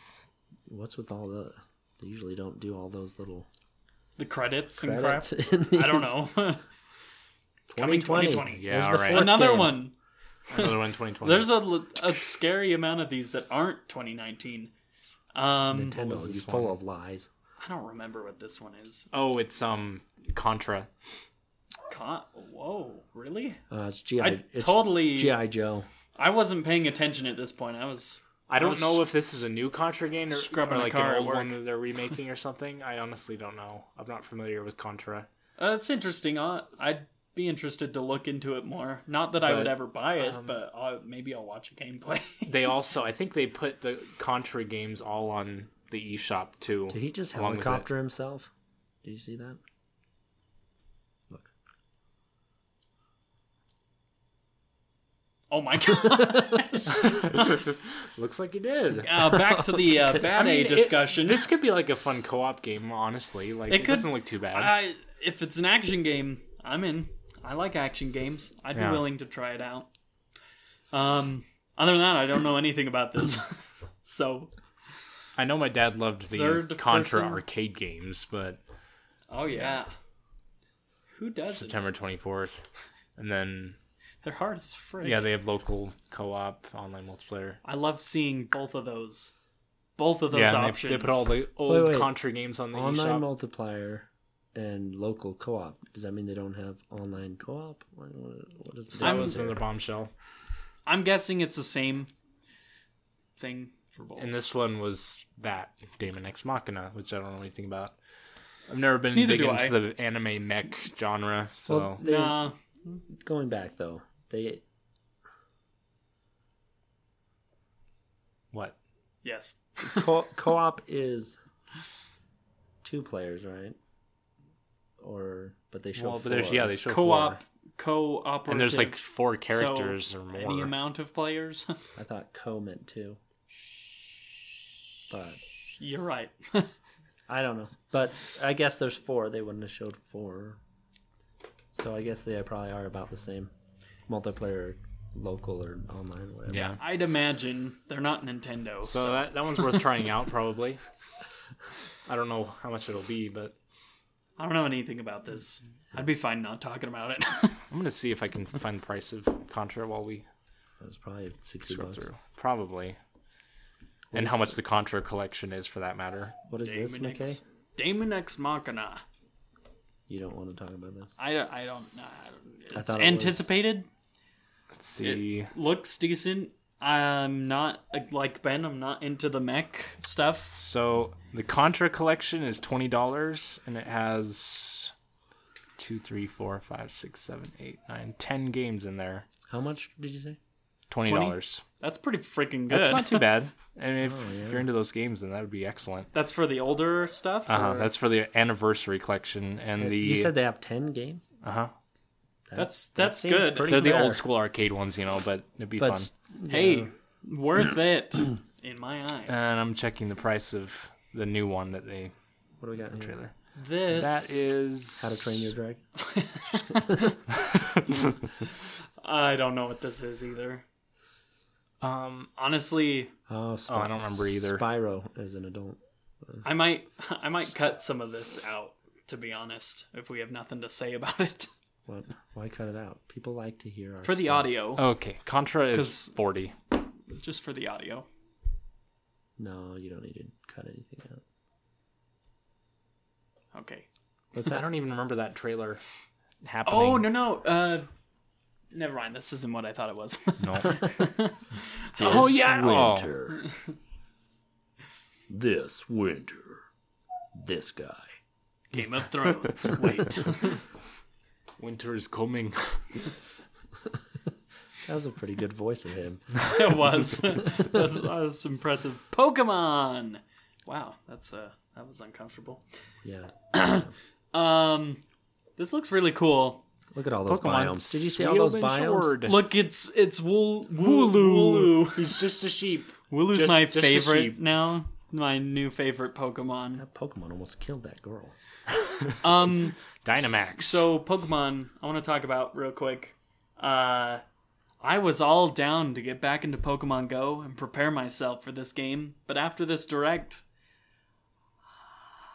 What's with all the? They usually don't do all those little the credits and crap. credits. in these. I don't know. Coming 2020. Yeah, There's the alright. fourth Another game. one. Another one, 2020. There's a, l- a scary amount of these that aren't 2019. Um, What Nintendo, was you this full one? of lies. I don't remember what this one is. oh, it's um Contra. Con- Whoa, really? Uh, it's GI. I it's totally. GI Joe. I wasn't paying attention at this point. I was I don't was know if this is a new Contra game or, scrubbing or the like car an at old work. one that they're remaking or something. I honestly don't know. I'm not familiar with Contra. Uh, it's interesting. I, I'd be interested to look into it more. Not that I would But, ever buy it, um, but i maybe I'll watch a gameplay. They also, I think they put the Contra games all on the eShop too. Did he just along with it. helicopter himself? Did you see that? Look. oh my gosh! Looks like you did. uh, back to the uh, bad I mean, A it- discussion. this could be like a fun co-op game, honestly. Like It it, could- doesn't look too bad. I, if it's an action game, I'm in. I like action games. I'd Yeah. be willing to try it out. Um, other than that, I don't know anything about this. so, I know my dad loved the Third Contra person- arcade games, but oh yeah, who does it? September 24th, and then They're hard as frick. yeah, they have local co-op online multiplayer. I love seeing both of those, both of those yeah, and they, options. they put all the old wait. Contra games on the Online eShop. multiplier and local co-op. Does that mean they don't have online co-op? What what is the that I'm- was difference there? another bombshell. I'm guessing it's the same thing for both. And this one was that Damon Ex Machina, which I don't know anything about. I've never been Neither big do into I. the anime mech genre, so Well, they, Nah, going back though, they what? yes. co- co-op is two players, right? Or but they show Well, but four. there's yeah, they show four. Co-op, co-operative, and there's like four so characters or more. Any amount of players. I thought co meant two, but You're right. I don't know. But I guess there's four. They wouldn't have showed four, so I guess they probably are about the same, multiplayer, local or online, or whatever. Yeah. I'd imagine they're not Nintendo. So that, that one's worth trying out probably. I don't know how much it'll be, but I don't know anything about this. I'd be fine not talking about it. I'm gonna see if I can find the price of Contra while we It was probably sixty scroll bucks. through. Probably. And how much the Contra collection is for that matter. What is this, Damon McKay? X, Damon X Machina. You don't want to talk about this. I don't. I don't. I don't it's thought it was- anticipated. Let's see. Looks decent. I'm not like Ben. I'm not into the mech stuff. So the Contra collection is twenty dollars, and it has two, three, four, five, six, seven, eight, nine, ten games in there. How much did you say? Twenty dollars. That's pretty freaking good. That's not too bad. And if, yeah. if you're into those games, then that would be excellent. That's for the older stuff. Uh huh. or- That's for the anniversary collection and the You said they have ten games. uh huh. that's that that's seems good. pretty- They're the fair. old school arcade ones, you know, but it'd be But fun. s- Hey, worth it in my eyes. And I'm checking the price of the new one that they what do we got? Here? trailer. this That is How to Train Your Dragon. I don't know what this is either. um Honestly, Oh, Spy- Oh, I don't remember either. Spyro as an adult. I might I might cut some of this out to be honest, if we have nothing to say about it. What? Why cut it out? People like to hear our For the stuff. audio, Okay, Contra is 'Cause- 40. just for the audio. No, you don't need to cut anything out. Okay. What's I that? don't even remember that trailer happening. Oh, no, no. Uh, never mind. This isn't what I thought it was. no. oh, yeah. oh. winter. this winter. This guy. Game of Thrones. Wait. Winter is coming. That was a pretty good voice of him. it was. that's, that's impressive. Pokemon. Wow, that's uh, that was uncomfortable. Yeah. Um, this looks really cool. Look at all those Pokemon biomes. Did you see all those Shield and biomes? Sword. Look, it's it's wool Wooloo. Wooloo. He's just a sheep. Wooloo's Just- my just a sheep. favorite now. My new favorite Pokemon. That Pokemon almost killed that girl. Um, Dynamax. so Pokemon, I want to talk about real quick. Uh, I was all down to get back into Pokemon Go and prepare myself for this game, but after this direct,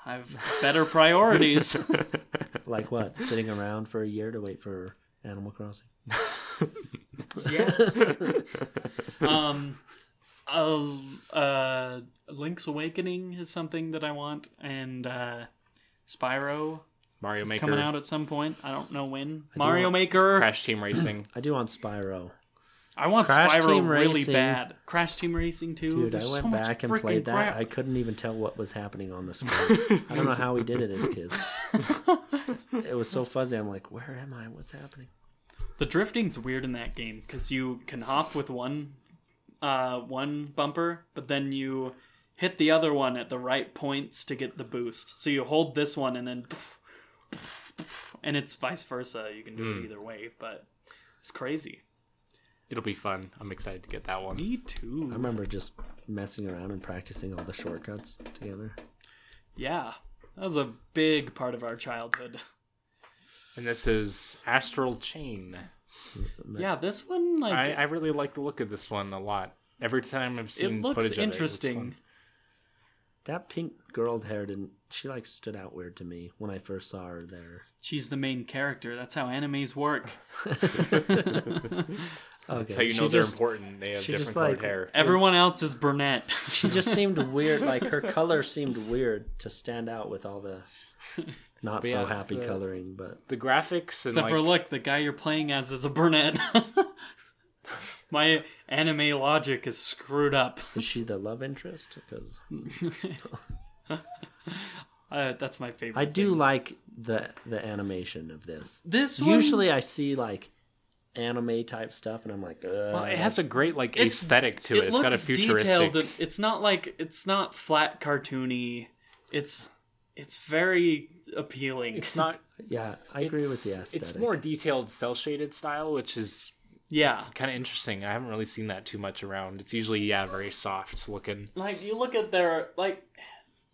I've better priorities. Like what? Sitting around for a year to wait for Animal Crossing? yes. um, uh, uh, Link's Awakening is something that I want, and uh, Spyro Mario is Maker. coming out at some point. I don't know when. Mario Maker. Crash Team Racing. I do want Spyro. I want Crash Spyro Team really Racing. bad. Crash Team Racing too. Dude, There's I went so much back and freaking played crap. that. I couldn't even tell what was happening on the screen. I don't know how we did it as kids. it was so fuzzy. I'm like, where am I? What's happening? The drifting's weird in that game because you can hop with one, uh, one bumper, but then you hit the other one at the right points to get the boost. So you hold this one and then, and it's vice versa. You can do Hmm. it either way, but it's crazy. It'll be fun. I'm excited to get that one. Me I too. remember just messing around and practicing all the shortcuts together. Yeah, that was a big part of our childhood. And this is Astral Chain. Yeah, this one like I, I really like the look of this one a lot. Every time I've it seen looks footage of it, it looks interesting. fun. That pink girl with hair didn't. She like stood out weird to me when I first saw her there. She's the main character. That's how animes work. Okay. That's how you she know they're just- important. They have she different just, colored like- hair. Everyone else is brunette. She just seemed weird. Like her color seemed weird to stand out with all the not so yeah, happy the- coloring. But The graphics and Except like, for look, the guy you're playing as is a brunette. My anime logic is screwed up. is she the love interest? Because Uh, that's my favorite. I do thing. like the the animation of this. this one, Usually, I see like anime type stuff, and I'm like, Ugh, Well, it has a great like It's- aesthetic to it. it has looks got a futuristic. detailed. and It's not like it's not flat cartoony. It's it's very appealing. It's not. yeah, I agree with the it's- aesthetic. It's more detailed, cell shaded style, which is yeah. kind of interesting. I haven't really seen that too much around. It's usually yeah, very soft looking. like you look at their like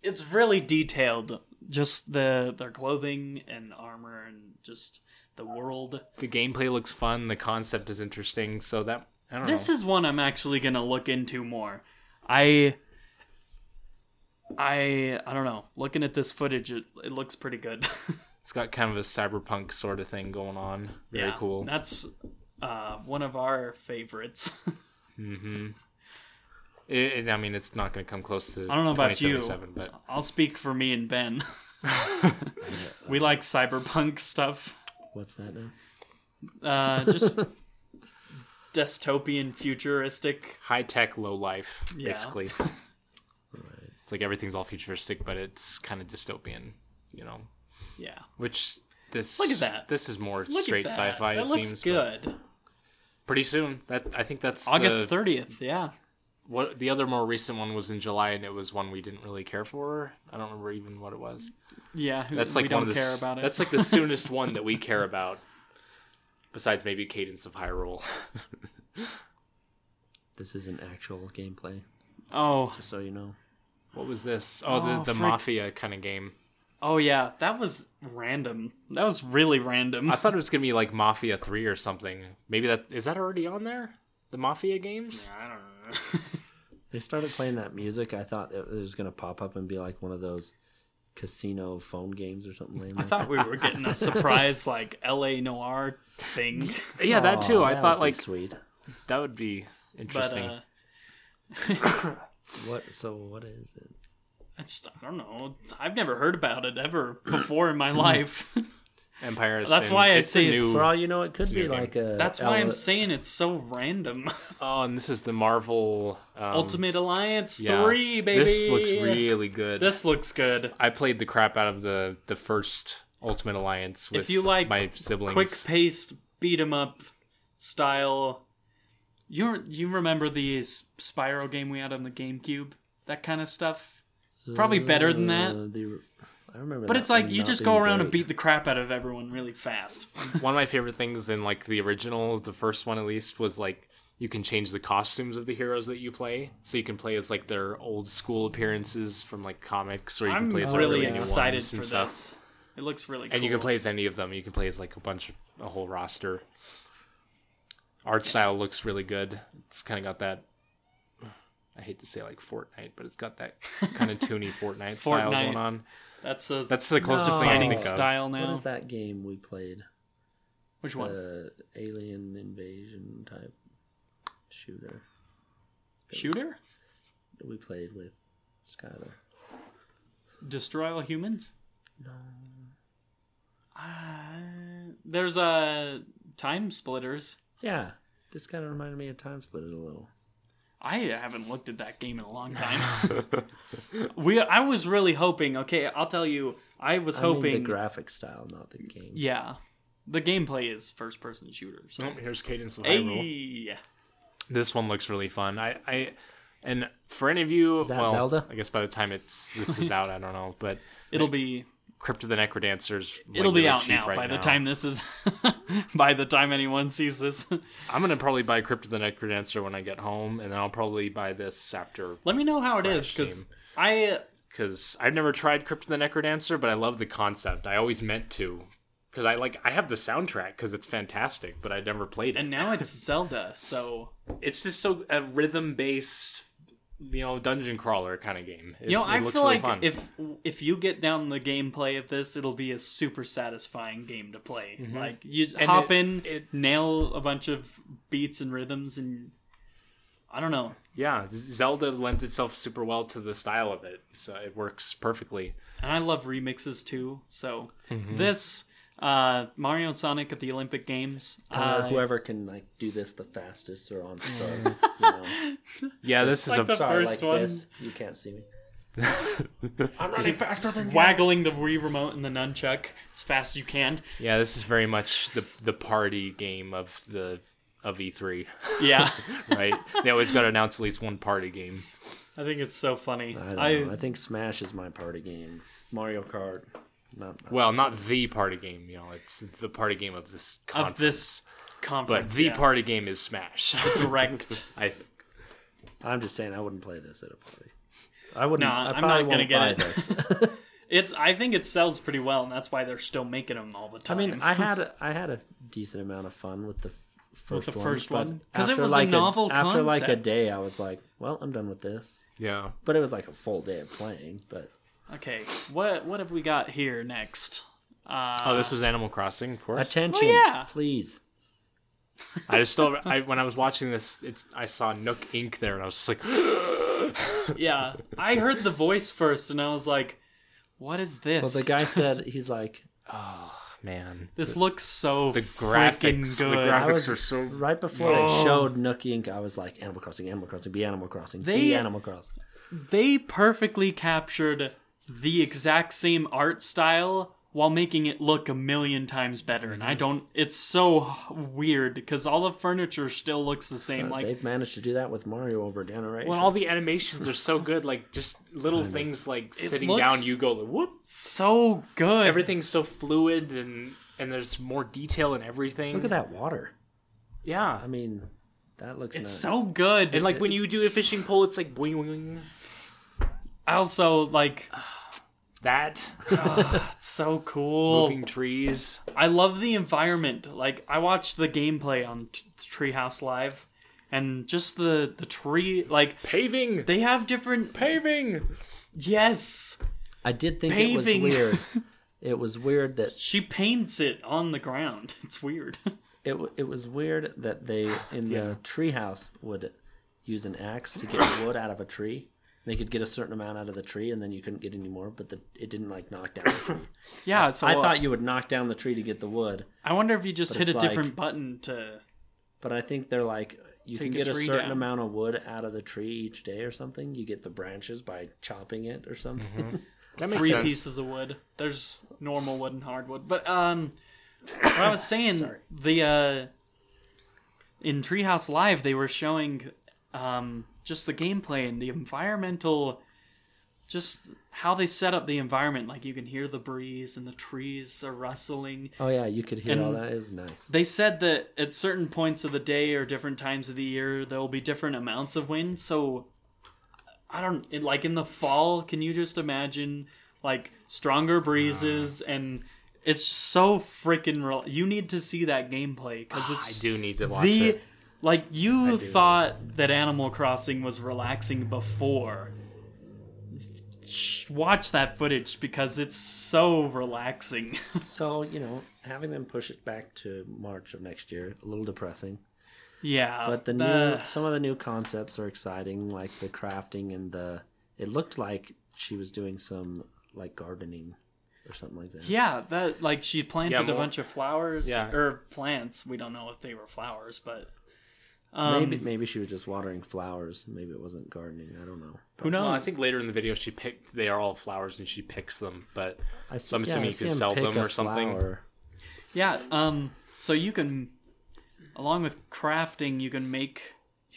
it's really detailed just the their clothing and armor and just the world The gameplay looks fun. The concept is interesting. So that I don't this know. is one i'm actually gonna look into more i i i don't know looking at this footage it, it looks pretty good It's got kind of a cyberpunk sort of thing going on. Very Yeah, cool. that's uh one of our favorites Mm-hmm. It, it- I mean, it's not going to come close to. I don't know about you. 2077, but i'll speak for me and ben we like cyberpunk stuff What's that now? uh just dystopian futuristic high tech, low life, Yeah. basically. Right. It's like everything's all futuristic, but it's kind of dystopian. You know, Yeah. which this Look at that. This is more Look straight at that. sci-fi. That it looks seems but good. Pretty soon. That I think that's August The, thirtieth. Yeah. what the other more recent one was in July, and it was one we didn't really care for. I don't remember even what it was. Yeah. who- That's like we one don't of the, care s- about it. That's like the soonest one that we care about. Besides maybe Cadence of Hyrule. This isn't actual gameplay, oh. just so you know. What was this? Oh, the, Oh, the frick. mafia kind of game. Oh yeah. That was random. That was really random. I thought it was gonna be like Mafia Three or something. Maybe that is that already on there? The Mafia games? I don't know. They started playing that music. I thought it was going to pop up and be like one of those casino phone games or something lame. I like thought we were getting a surprise like L.A. noir thing, Yeah, that too. Aw, I Oh, that thought would be like sweet. that would be but interesting. uh, What? So what is it? I just I don't know. I've never heard about it ever before in my life. Empire. Is That's in- why I it's a say it's- new. For all you know, it could be new game. like a. That's why I'm L- saying it's so random. Oh, and this is the Marvel um, Ultimate Alliance yeah. three, baby. This looks really good. This looks good. I played the crap out of the the first Ultimate Alliance with If you like my siblings. Quick paced beat 'em up style. You you remember the S- Spyro game we had on the GameCube? That kind of stuff. Probably better than that. Uh, the- I remember. But that it's like one you not just being go around and great. beat the crap out of everyone really fast. one of my favorite things in like the original, the first one at least, was like you can change the costumes of the heroes that you play, so you can play as like their old school appearances from like comics, or you can I'm play as really, their really new excited ones for and stuff. this. It looks really cool. And you can play as any of them. You can play as like a bunch of a whole roster. Art style looks really good. It's kind of got that. I hate to say like Fortnite, but it's got that kind of toony Fortnite style Fortnite. going on. That's the That's the closest thing I No. can fighting think of. style What now. is that game we played? Which one? Uh, alien invasion type shooter Shooter? that we played with Skylar. Destroy all humans? No. there's uh, time splitters. Yeah, this kind of reminded me of Time Splitters a little. I haven't looked at that game in a long time. we I was really hoping. Okay, I'll tell you. I was I hoping. mean the graphic style, not the game. yeah, the gameplay is first person shooter. So. Oh, here's Cadence of Hyrule. Hey, This one looks really fun. I, I, and for any of you, that well, Zelda? I guess by the time it's this is out, I don't know, but it'll be Crypt of the Necrodancer's like, it'll be really out cheap now. right by the now. time this is, by the time anyone sees this, I'm gonna probably buy Crypt of the Necrodancer when I get home, and then I'll probably buy this after let me know how it is Crash because game. I because I've never tried Crypt of the Necrodancer, but I love the concept. I always meant to because I like I have the soundtrack because it's fantastic, but I never played it. and now it's Zelda. So it's just so a rhythm based, you know, dungeon crawler kind of game. It's, You know, it I looks feel really like fun. if if you get down the gameplay of this, it'll be a super satisfying game to play. Mm-hmm. Like you just And hop it- in, it- nail a bunch of beats and rhythms, and I don't know. yeah, Z- Zelda lends itself super well to the style of it, so it works perfectly. And I love remixes too. So Mm-hmm. this uh, Mario and Sonic at the Olympic Games. Or uh, whoever can like do this the fastest or on start. you know. Yeah, this is like a the- Sorry, first like one. this. You can't see me. waggling the Wii remote and the nunchuck as fast as you can. yeah, this is very much the the party game of the of E3, Yeah, right? they always got to announce at least one party game. I think it's so funny. I don't I- know. I think Smash is my party game. Mario Kart. Not, Well, not the party game, you know, it's the party game of this conference. of this but conference, the yeah. party game is Smash. direct. I think. I'm just saying I wouldn't play this at a party. I wouldn't. No, I I'm probably not gonna won't get it. buy This. It, I think it sells pretty well, and that's why they're still making them all the I time. mean, I had a, I had a decent amount of fun with the f- first the one, first but one? 'Cause it after was a like novel After like a concept. day, I was like, "Well, I'm done with this." Yeah. But it was like a full day of playing. But okay, what what have we got here next? Uh, Oh, this was Animal Crossing, of course. attention, well, yeah. please. I just still, I, when I was watching this, it's I saw Nook Inc. there, and I was just like, yeah, I heard the voice first, and I was like, "What is this? Well, the guy said he's like, oh, man, this looks so the freaking graphics, the good." graphics I was- are so. right before it showed Nook Inc., I was like, Animal Crossing, Animal Crossing, be Animal Crossing, They- be Animal Crossing. they perfectly captured the exact same art style while making it look a million times better. And I don't. It's so weird because all the furniture still looks the same. like They've managed to do that with Mario over generation. When all the animations are so good, like just little things like sitting down, looks- you go like, whoop. so good. Everything's so fluid, and and there's more detail in everything. Look at that water. Yeah. I mean, that looks it's nice. so good. And like when you do a fishing pole, it's like boing, boing, boing. I also like that so cool. moving trees. I love the environment. Like I watched the gameplay on t- Treehouse Live, and just the the tree. Like Paving, they have different. paving. Yes, I did think Paving. it was weird. It was weird that She paints it on the ground. It's weird. it w- it was weird that they in the treehouse would use an axe to get wood out of a tree. They could get a certain amount out of the tree, and then you couldn't get any more. But the, it didn't like knock down the tree. yeah, so I uh, thought you would knock down the tree to get the wood, I wonder if you just hit a it's like- different button to but I think they're like you Take can a get a, tree certain down. amount of wood out of the tree each day or something. You get the branches by chopping it or something. Mm-hmm. That makes three sense. pieces of wood. There's normal wood and hardwood. But um what I was saying the uh in Treehouse Live they were showing um just the gameplay and the environmental just how they set up the environment like you can hear the breeze and the trees are rustling Oh yeah, you could hear all And- that. It was nice. They said that at certain points of the day or different times of the year, there will be different amounts of wind. So, I don't it, like in the fall. Can you just imagine like stronger breezes Ah. and it's so freaking real. You need to see that gameplay because Ah, I it's do need to watch the it. like you thought that Animal Crossing was relaxing before. Sh- Watch that footage because it's so relaxing. So you know, having them push it back to March of next year, a little depressing. yeah, But the the- new some of the new concepts are exciting, like the crafting and the. It looked like she was doing some like gardening or something like that. Yeah, that like she planted more- a bunch of flowers Yeah. or plants. We don't know if they were flowers, but um, Maybe maybe she was just watering flowers. Maybe it wasn't gardening. I don't know. who knows? Well, I think later in the video she picked. They are all flowers, and she picks them. But I so I'm assuming you could sell them or something. yeah. Um, so you can, along with crafting, you can make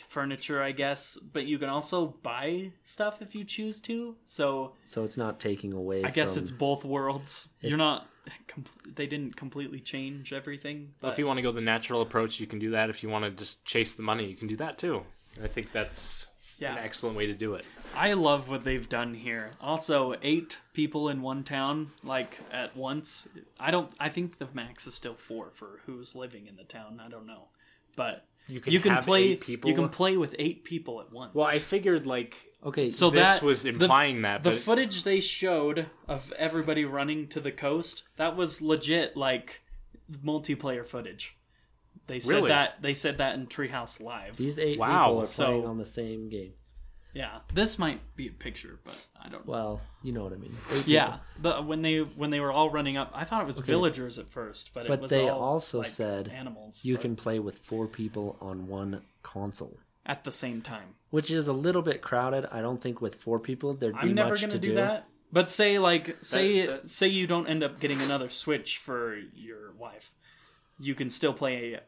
furniture, I guess, but you can also buy stuff if you choose to. So So it's not taking away. I guess from- it's both worlds. You're not. Com- they didn't completely change everything, but If you want to go the natural approach, you can do that. If you want to just chase the money, you can do that too. I think that's Yeah. an excellent way to do it. I love what they've done here. Also, eight people in one town, like at once. I don't. I think the max is still four for who's living in the town. I don't know, but you can can, have play. eight people? You can play with eight people at once. Well, I figured like okay. so this that was the- implying that, the but- footage they showed of everybody running to the coast that was legit, like multiplayer footage. They said Really? that they said that in Treehouse Live. these eight Wow, people are so- playing on the same game. Yeah, this might be a picture, but I don't. know. Well, you know what I mean. Eight Yeah, people. the, when they when they were all running up, I thought it was villagers at first, but it But was they all, also like, said animals. You but can play with four people on one console. at the same time. which is a little bit crowded. I don't think with four people there'd be I'm never much gonna to do, that. But say like say that- say you don't end up getting another Switch for your wife, you can still play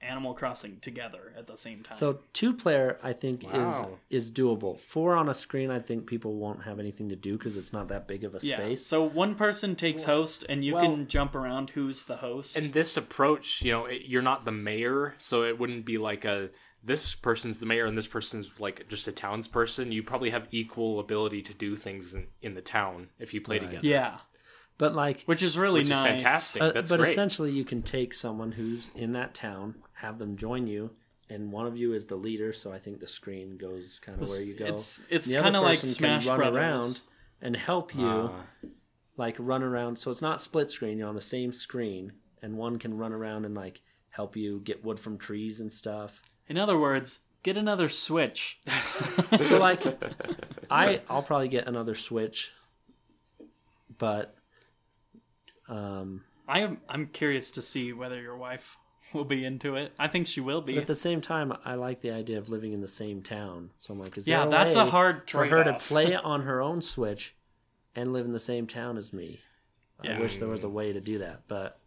Animal Crossing together at the same time. So two player, I think Wow. is is doable. Four on a screen, I think people won't have anything to do because it's not that big of a yeah, space. so one person takes host, and you well- can jump around who's the host. in this approach, you know, it, you're not the mayor, so it wouldn't be like a this person's the mayor and this person's like just a townsperson. You probably have equal ability to do things in, in the town if you play together. yeah, But like, which is really Which is nice. fantastic. uh, That's but great. essentially, you can take someone who's in that town, have them join you, and one of you is the leader. So I think the screen goes kind of where you go. it's- it's The other kinda like person can Smash run Brothers. around and help you. Ah. like run around so it's not split screen you're on the same screen and one can run around and like help you get wood from trees and stuff In other words, get another Switch. so like i i'll probably get another switch but um I am I'm curious to see whether your wife will be into it. I think she will but be. at the same time i like the idea of living in the same town so i'm like is Yeah, there that's a way hard for her to trade-off. play on her own switch and live in the same town as me Yeah. i wish there was a way to do that but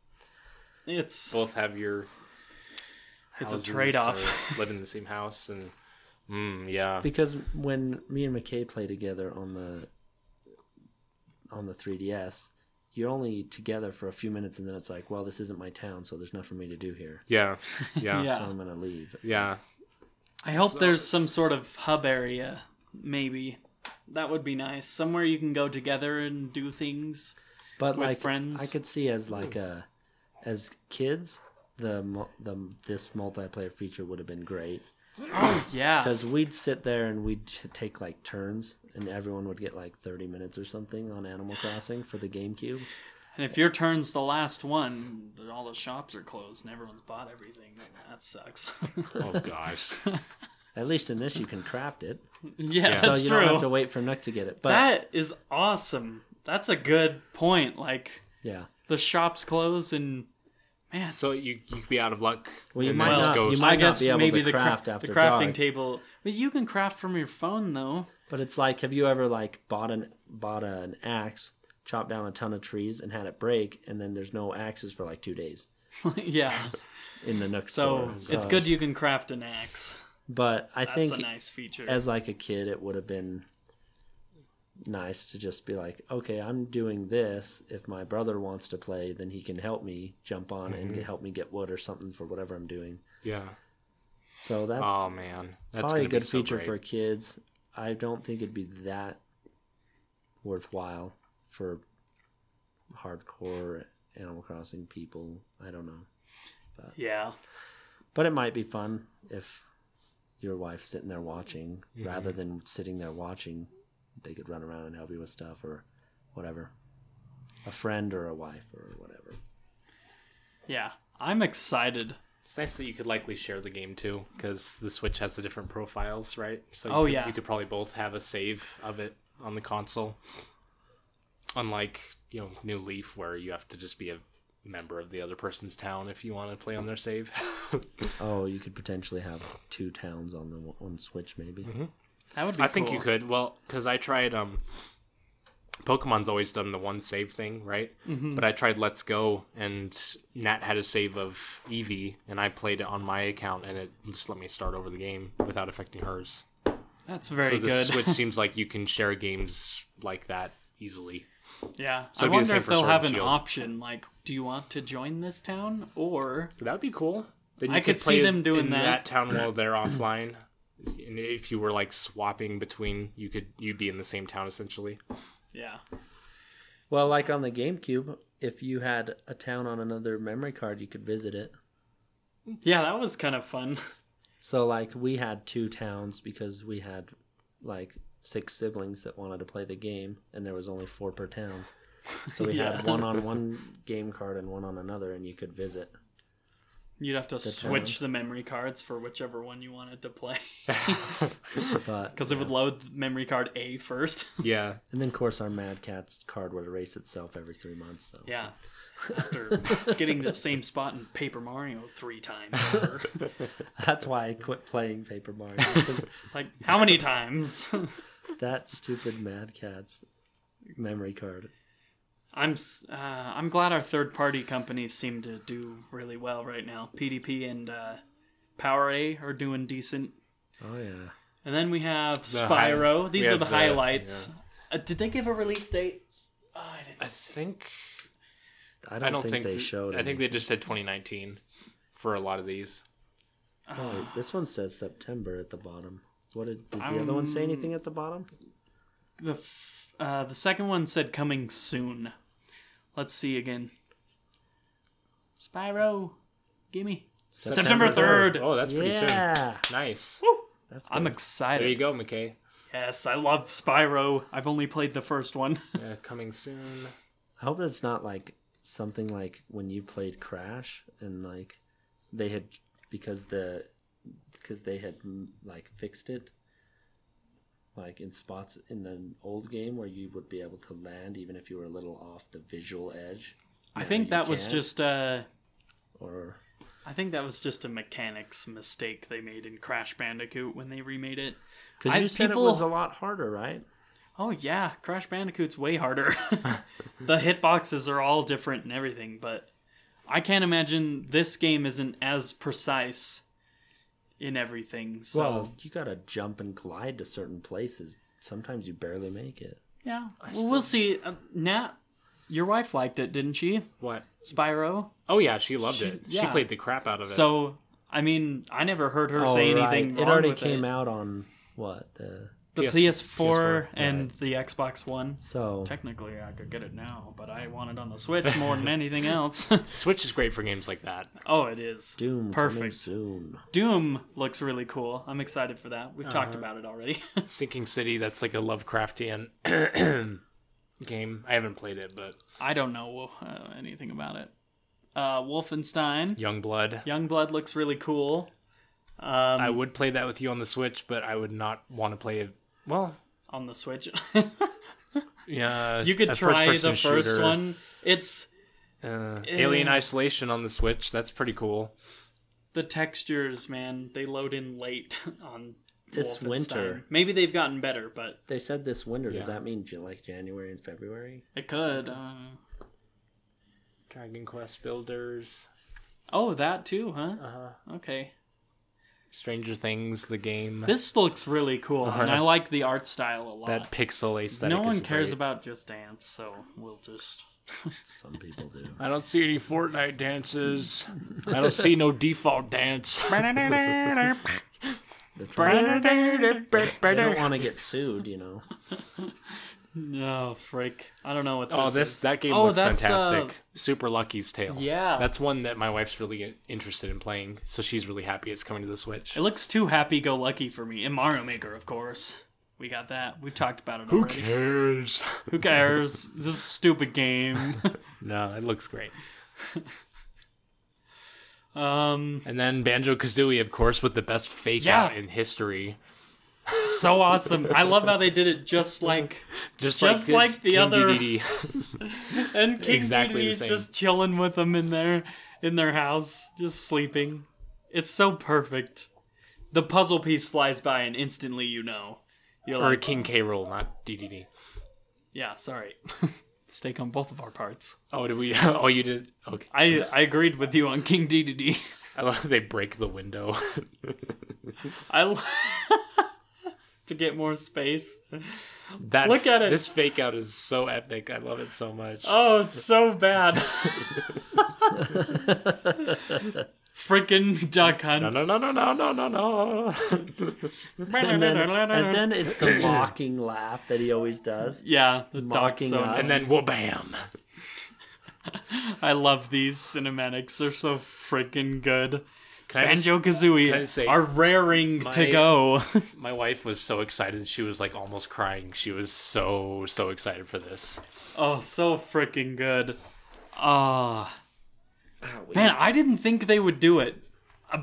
It's both have your It's a houses trade-off. or live in the same house and mm, yeah because when me and McKay play together on the on the 3DS, you're only together for a few minutes, and then it's like, well, this isn't my town, so there's nothing for me to do here, yeah yeah yeah, Yeah. so I'm gonna leave. I hope there's some sort of hub area maybe. That would be nice. Somewhere you can go together and do things. But With like, friends. Hmm. I could see as like uh, a as kids, the mu- the this multiplayer feature would have been great. Yeah. because we'd sit there and we'd t- take like turns, and everyone would get like 30 minutes or something on Animal Crossing for the GameCube. And if your turn's the last one, then all the shops are closed and everyone's bought everything. That sucks. Oh gosh. At least in this, you can craft it, yeah, Yeah. so that's you true. don't have to wait for Nook to get it. But that is awesome. That's a good point. Like yeah, the shops close and man, So you you could be out of luck. Well, you and might it just not- goes- you might- I not guess be able maybe to the, cra- craft the after crafting dark. table. But you can craft from your phone though. but it's like, have you ever like bought an bought a, an axe, chopped down a ton of trees, and had it break, and then there's no axes for like two days yeah. in the Nook So store? it's good you can craft an axe. But I That's think a nice feature. as like a kid it would have been nice to just be like okay i'm doing this if my brother wants to play then he can help me jump on and Mm-hmm. get- help me get wood or something for whatever i'm doing yeah. so that's Oh man, that's probably a gonna be good so feature great. for kids i don't think it'd be that worthwhile for hardcore animal crossing people i don't know yeah. but it might be fun if your wife's sitting there watching rather than sitting there watching. They could run around and help you with stuff or whatever. A friend or a wife or whatever. Yeah. I'm excited. It's nice that you could likely share the game too, because the Switch has the different profiles, right? So you Oh, could, yeah. you could probably both have a save of it on the console. Unlike you know New Leaf, where you have to just be a member of the other person's town if you want to play on their save. Oh, you could potentially have two towns on the on Switch maybe. That would be I think you cool. could. Well, because I tried. Um, Pokemon's always done the one save thing, right? Mm-hmm. But I tried Let's Go, and Nat had a save of Eevee, and I played it on my account, and it just let me start over the game without affecting hers. That's very so the good. Switch seems like you can share games like that easily. Yeah. I So it'd be the wonder same if for they'll Sword have and an Shield. option like, do you want to join this town or That would be cool. Then you I could see play them doing in that. town while they're offline. And if you were like swapping between, you could you'd be in the same town essentially. yeah. Well, like on the GameCube, if you had a town on another memory card, you could visit it. Yeah, that was kind of fun. So like we had two towns because we had like six siblings that wanted to play the game and there was only four per town. So we Yeah. had one on one game card and one on another and you could visit. You'd have to switch the memory cards for whichever one you wanted to play But because it would load memory card A first. Yeah, and then of course our Mad Cat's card would erase itself every 3 months. So yeah. After getting to the same spot in Paper Mario three times. over. that's why I quit playing Paper Mario because It's like, how many times? that stupid Mad Cat's memory card. I'm s- uh, I'm glad our third party companies seem to do really well right now. PDP and uh, Powerade are doing decent. Oh yeah. And then we have hi- Spyro. we These are have the, the- highlights. Uh, did they give a release date? Uh, I didn't. I think I don't, I don't think, think, they showed I any. think they just said 2019 for a lot of these. Oh, this one says September at the bottom. What did, did the other one Um, say anything at the bottom? The f- uh, the second one said coming soon. Let's see again. Spyro, gimme September third. Oh, that's pretty soon. Yeah. Nice. That's I'm good. There you excited. go, McKay. Yes, I love Spyro. I've only played the first one. Uh, coming soon. I hope it's not like something like when you played Crash and like they had because the because they had mm, like fixed it like in spots in the old game where you would be able to land even if you were a little off the visual edge I think you that was can't. just uh, or I think that was just a mechanics mistake they made in Crash Bandicoot when they remade it. I- because you said people- it was a lot harder, right? Oh yeah, Crash Bandicoot's way harder. the hitboxes are all different and everything, but I can't imagine this game isn't as precise in everything. So well, you gotta jump and glide to certain places. Sometimes you barely make it. yeah, well, we'll see. Uh, Nat, your wife liked it, didn't she? What? Spyro. Oh yeah, she loved it. She yeah. played the crap out of it. So I mean, I never heard her say Oh, right. anything. It wrong already with came it. out on what the the PS4, PS4 and right. the Xbox One. So Technically, I could get it now, but I want it on the Switch more than anything else. Switch is great for games like that. oh, it is. Doom coming Perfect. soon. Doom looks really cool. I'm excited for that. We've talked about it already. Sinking City, that's like a Lovecraftian game. I haven't played it, but I don't know uh, anything about it. Uh, Wolfenstein. Youngblood. Youngblood looks really cool. Um, I would play that with you on the Switch, but I would not want to play it. Well, on the Switch. yeah, you could a try the first-person first shooter. one. It's Uh, Alien Isolation on the Switch. That's pretty cool. the textures, man. They load in late on This Wolfenstein. winter. Maybe they've gotten better, but They said this winter. Yeah. Does that mean Ju- like January and February? it could. Uh, Dragon Quest Builders, oh, that too, huh? uh-huh. Okay. Stranger Things, the game. This looks really cool, and I like the art style a lot. that pixel aesthetic. no one is cares great. about Just Dance, so we'll just. Some people do. I don't see any Fortnite dances. I don't see no default dance. They're trying, they don't oh, want to get sued, you know. No, frick. I don't know what this this is. that game Oh, looks that's, uh, fantastic. Super Lucky's Tale. Yeah. that's one that my wife's really interested in playing, so she's really happy it's coming to the Switch. It looks too happy go lucky for me. And Mario Maker, of course. We got that. We've talked about it Who already. cares? Who cares? this is a stupid game. no, it looks great. Um, And then Banjo Kazooie, of course, with the best fake Yeah. out in history. so awesome. I love how they did it just like Just, Just like, like the King other- DDD. and King Exactly the Dedede's same. just chilling with them in their in their house, just sleeping. It's so perfect. The puzzle piece flies by and instantly you know. You're or like, King K. Roll, not DDD. yeah, sorry. Mistake on both of our parts. Oh, did we? Oh, you did. Okay. I I agreed with you on King DDD. I love how they break the window. I l- to get more space. That Look at it. This fake out is so epic. I love it so much. Oh, it's so bad. Freaking duck No, hunt. no, no, no, no, no, no, no. And then, and then it's the mocking laugh that he always does. yeah, the duck's Mocking so us. and then wha-bam. I love these cinematics. They're so freaking good. Can I just- Banjo I just say- Kazooie are raring My- to go. my wife was so excited. She was like almost crying. She was so, so excited for this. oh, so freaking good. Ah. Ah, we- Man, I didn't think they would do it,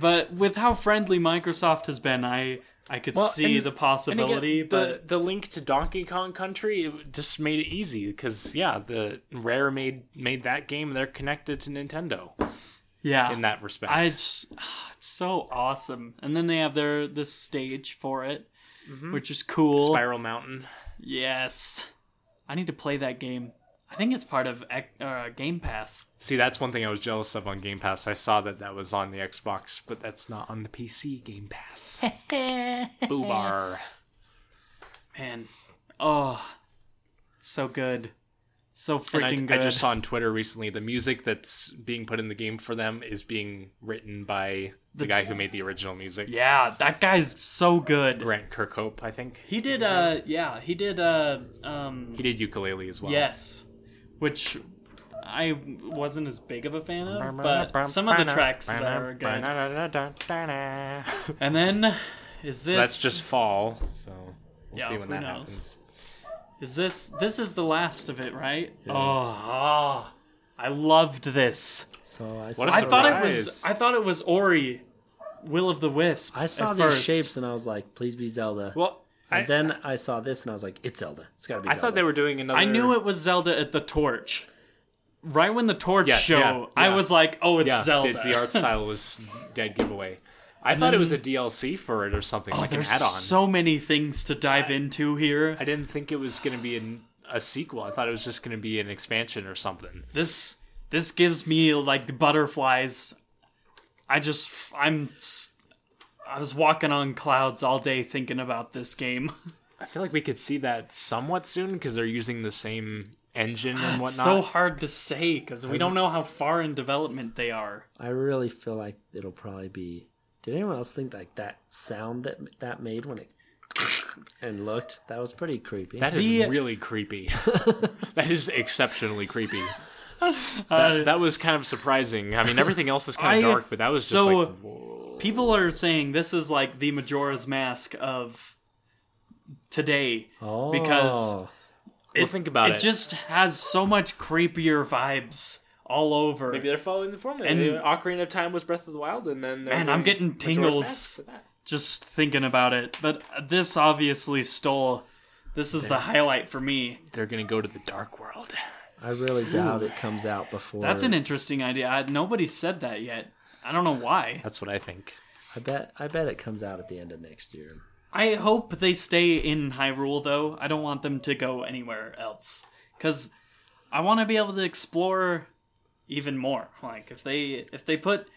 but with how friendly Microsoft has been, I I could Well, see and- the And again, possibility. the, but the link to Donkey Kong Country it just made it easy because yeah, the Rare made made that game. They're connected to Nintendo yeah, in that respect. I just, ah, it's so awesome. And then they have their this stage for it, which is cool. Mm-hmm. Spiral Mountain. Yes, I need to play that game. I think it's part of Ec- uh, Game Pass. See, that's one thing I was jealous of on Game Pass. I saw that that was on the Xbox, but that's not on the PC Game Pass. Boobar. Man, oh, so good, so And I, freaking I good. just saw on Twitter recently the music that's being put in the game for them is being written by the, guy who made the original music, yeah, that guy's so good. Grant Kirkhope, I think. He did. Uh, yeah, he did. Uh, um, He did ukulele as well. yes, which I wasn't as big of a fan of, but some of the tracks that are good. So And then is this? that's just fall. So we'll Yeah, see when who that knows? happens. Is this? This is the last of it, right? Oh, ah, I loved this. so I What saw, a I I, surprise. thought it was. I thought it was Ori, Will of the Wisp. saw at these first. shapes and I was like, please be Zelda. Well, I, and then I saw this and I was like, it's Zelda. It's got to be I Zelda. thought they were doing another. I knew it was Zelda at the torch. Right when the torch Yeah, show, yeah, I yeah. was like, "Oh, it's Yeah, Zelda." The, the art style was dead giveaway. I thought it was a DLC for it or something, like an Oh, There's add-on. so many things to dive into here. I didn't think it was going to be an, a sequel. I thought it was just going to be an expansion or something. this this gives me like the butterflies. I just I'm s- I was walking on clouds all day thinking about this game. I feel like we could see that somewhat soon because they're using the same engine and whatnot. It's so hard to say because we don't know how far in development they are. I really feel like it'll probably be. Did anyone else think like that sound that that made when it and looked. That was pretty creepy. That is The- really creepy. that is exceptionally creepy. Uh, That, that was kind of surprising. I mean, everything else is kind I- of dark, but that was just so- like People are saying this is like the Majora's Mask of today. oh, because- Well, think about it. It just has so much creepier vibes all over. maybe they're following the formula. And- And Ocarina of Time was Breath of the Wild, and then they're Man, I'm doing getting Majora's tingles. Mask for that. just thinking about it. But this obviously stole. This is the highlight for me. They're gonna go to the dark world. I really doubt it comes out before. That's an interesting idea. I, nobody said that yet. I don't know why. That's what I think. I bet. I bet it comes out at the end of next year. I hope they stay in Hyrule though. I don't want them to go anywhere else cuz I want to be able to explore even more. Like if they if they put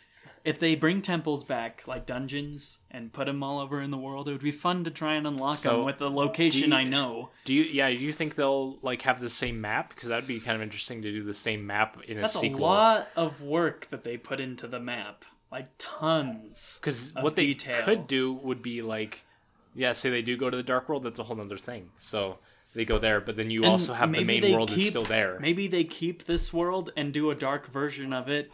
if they bring temples back like dungeons and put them all over in the world, it would be fun to try and unlock So, them with a location do you- I know. Do you? Yeah, do you think they'll like have the same map? Because that'd be kind of interesting to do the same map in That's a a sequel. lot of work that they put into the map. Like tons. Because of what they detail. could do would be like, yeah, say they do go to the dark world. That's a whole other thing. So they go there, but then you And also have the maybe main they world that's keep- still there. Maybe they keep this world and do a dark version of it,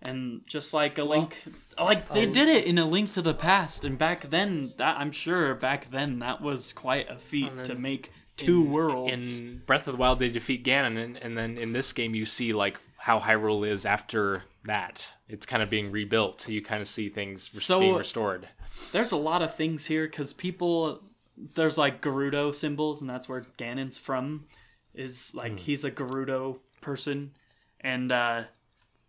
and just like a link, like they did it in a link to the past. And back then, that I'm sure back then that was quite a feat to make two worlds. in Breath of the Wild, they defeat Ganon, and, and then in this game, you see like how Hyrule is after that. It's kind of being rebuilt. You kind of see things res- So- being restored. there's a lot of things here because people there's like Gerudo symbols, and that's where Ganon's from. Is like he's a Gerudo person, and uh,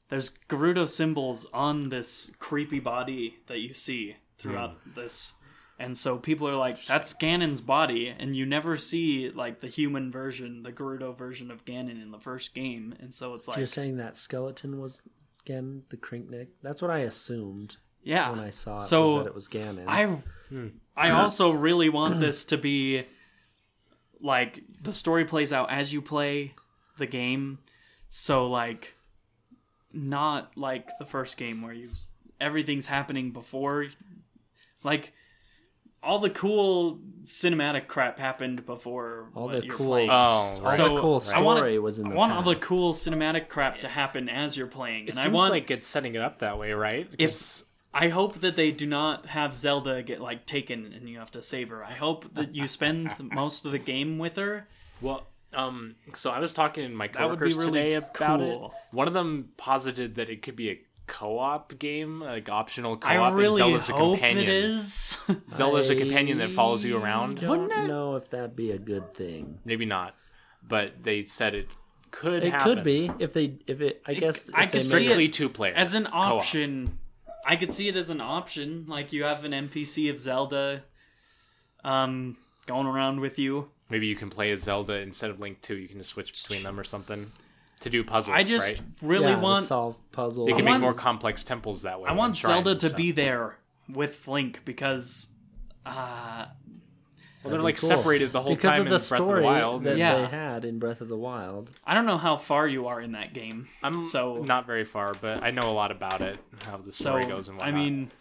there's Gerudo symbols on this creepy body that you see throughout this. And so people are like, "That's Ganon's body," and you never see like the human version, the Gerudo version of Ganon in the first game. And so it's You're like, saying that skeleton was again the crink neck. That's what I assumed yeah, when I saw it. So, was that it was Ganon. I Hmm. I also really want this to be like the story plays out as you play the game. So like not like the first game where you everything's happening before like all the cool cinematic crap happened before All what the you're cool- playing. Oh, all right. so the cool I story wanna- was in I the want all the past. cool cinematic crap to happen as you're playing, It and seems I want like it's setting it up that way, right? Because- I hope that they do not have Zelda get like taken and you have to save her. I hope that you spend most of the game with her. Well, um, so I was talking to my That would be coworkers really today about cool. it. One of them posited that it could be a co-op game, like optional co-op. I and really Zelda's a hope it companion. is. Zelda's a companion that follows you I around. don't Wouldn't it- know if that'd be a good thing. Maybe not, but they said it could. It happen. could be if they if it. I guess I if they could make see it strictly two player as an co-op. option. I could see it as an option. Like you have an NPC of Zelda um going around with you. Maybe you can play as Zelda instead of Link Two. You can just switch between them or something to do puzzles. I just right? really yeah, to want solve puzzles. they can I make want- more complex temples that way. I want Zelda to be there with Link because uh Well, they're That'd like be cool. separated the whole because time of the in Breath of story the Wild. that Yeah. they had in Breath of the Wild. I don't know how far you are in that game. I'm so not very far, but I know a lot about it, how the So story goes and I whatnot. mean,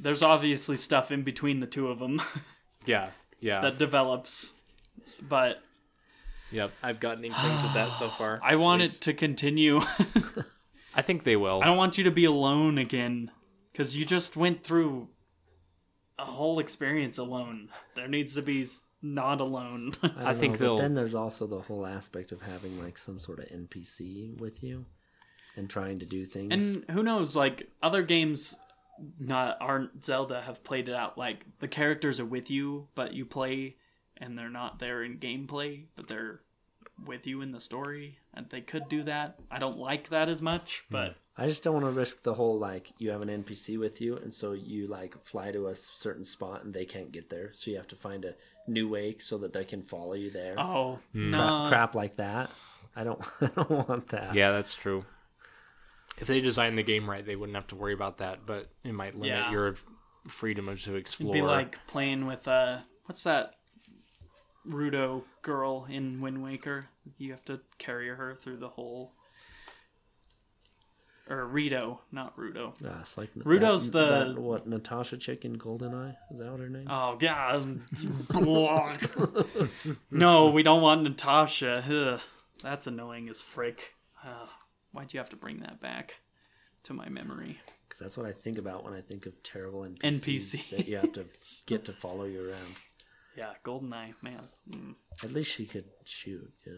there's obviously stuff in between the two of them yeah, yeah, that develops, but yep. I've gotten inklings of that so far. I want At it least- to continue. I think they will. I don't want you to be alone again because you just went through a whole experience alone. There needs to be s- not alone. I, don't think know, but they'll- Then there's also the whole aspect of having like some sort of NPC with you, and trying to do things. and who knows? Like other games, not aren't Zelda have played it out. Like the characters are with you, but you play, and they're not there in gameplay, but they're with you in the story. And they could do that. I don't like that as much, but I just don't want to risk the whole like you have an NPC with you, and so you like fly to a s- certain spot and they can't get there, so you have to find a new way so that they can follow you there. oh Crap, no, crap like that. I don't. I don't want that. Yeah, that's true. If they designed the game right, they wouldn't have to worry about that, but it might limit Yeah. your freedom of- to explore. it'd be like playing with uh, what's that? Rudo girl in Wind Waker. You have to carry her through the whole or Rito, not Rudo. Ah, it's like Rudo's that- the- that- what Natasha chick in Goldeneye is that what her name? Oh god. no, we don't want Natasha. Ugh, that's annoying as frick. Uh, why'd you have to bring that back to my memory? Because that's what I think about when I think of terrible NPCs NPC. that you have to get to follow you around. Yeah, Goldeneye, man. Mm. At least she could shoot. Yeah.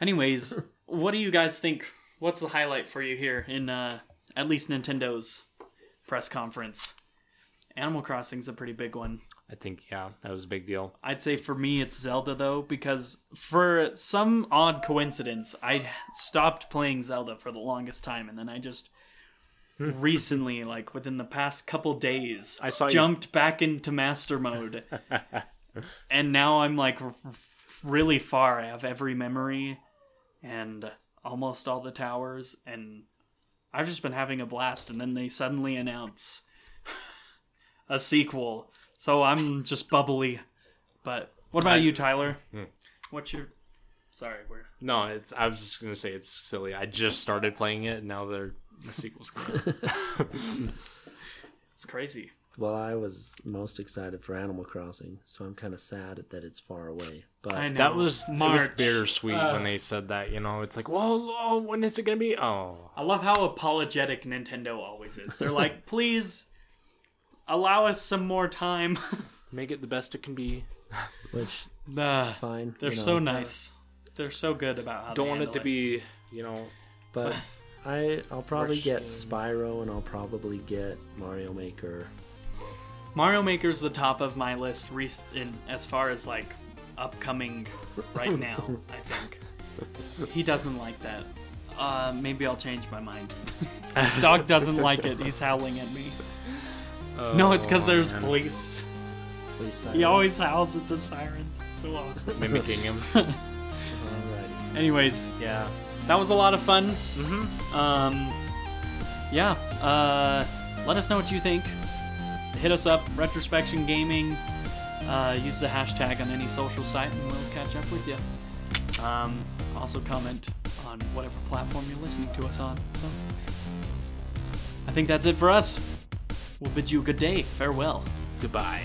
Anyways, what do you guys think? What's the highlight for you here in uh, at least Nintendo's press conference? Animal Crossing's a pretty big one. I think yeah, that was a big deal. I'd say for me it's Zelda though because for some odd coincidence I stopped playing Zelda for the longest time and then I just recently like within the past couple days Hmm. I saw you- jumped back into master mode and now I'm like r- r- really far I have every memory and almost all the towers and I've just been having a blast and then they suddenly announce a sequel so I'm just bubbly but what about you, Tyler? Hmm. What's your? Sorry, we're No, it's. I was just gonna say it's silly. I just started playing it, and now they're the sequel's coming. out. it's crazy. Well, I was most excited for Animal Crossing, so I'm kind of sad that it's far away. But I know Uh, that was it was March. Uh, bittersweet when they said that. You know, it's like, well, oh, when is it gonna be? Oh, I love how apologetic Nintendo always is. They're like, please allow us some more time. make it the best it can be. which Nah, fine. they're you so know. nice. They're so good about how. Don't they want it handle to be, you know, But I I'll probably get Spyro and I'll probably get Mario Maker. Mario Maker's the top of my list re- in, as far as like upcoming right now. I think he doesn't like that. Uh, maybe I'll change my mind. Dog doesn't like it. He's howling at me. no, it's because there's oh, man. police. Please He always howls at the sirens. It's so awesome. mimicking him. Alrighty. Anyways, yeah. that was a lot of fun. Mm-hmm. Um, yeah. Uh, let us know what you think. Hit us up, Retrospection Gaming. Uh, use the hashtag on any social site, and we'll catch up with you. Um, also, comment on whatever platform you're listening to us on. So, I think that's it for us. We'll bid you a good day. Farewell. Goodbye.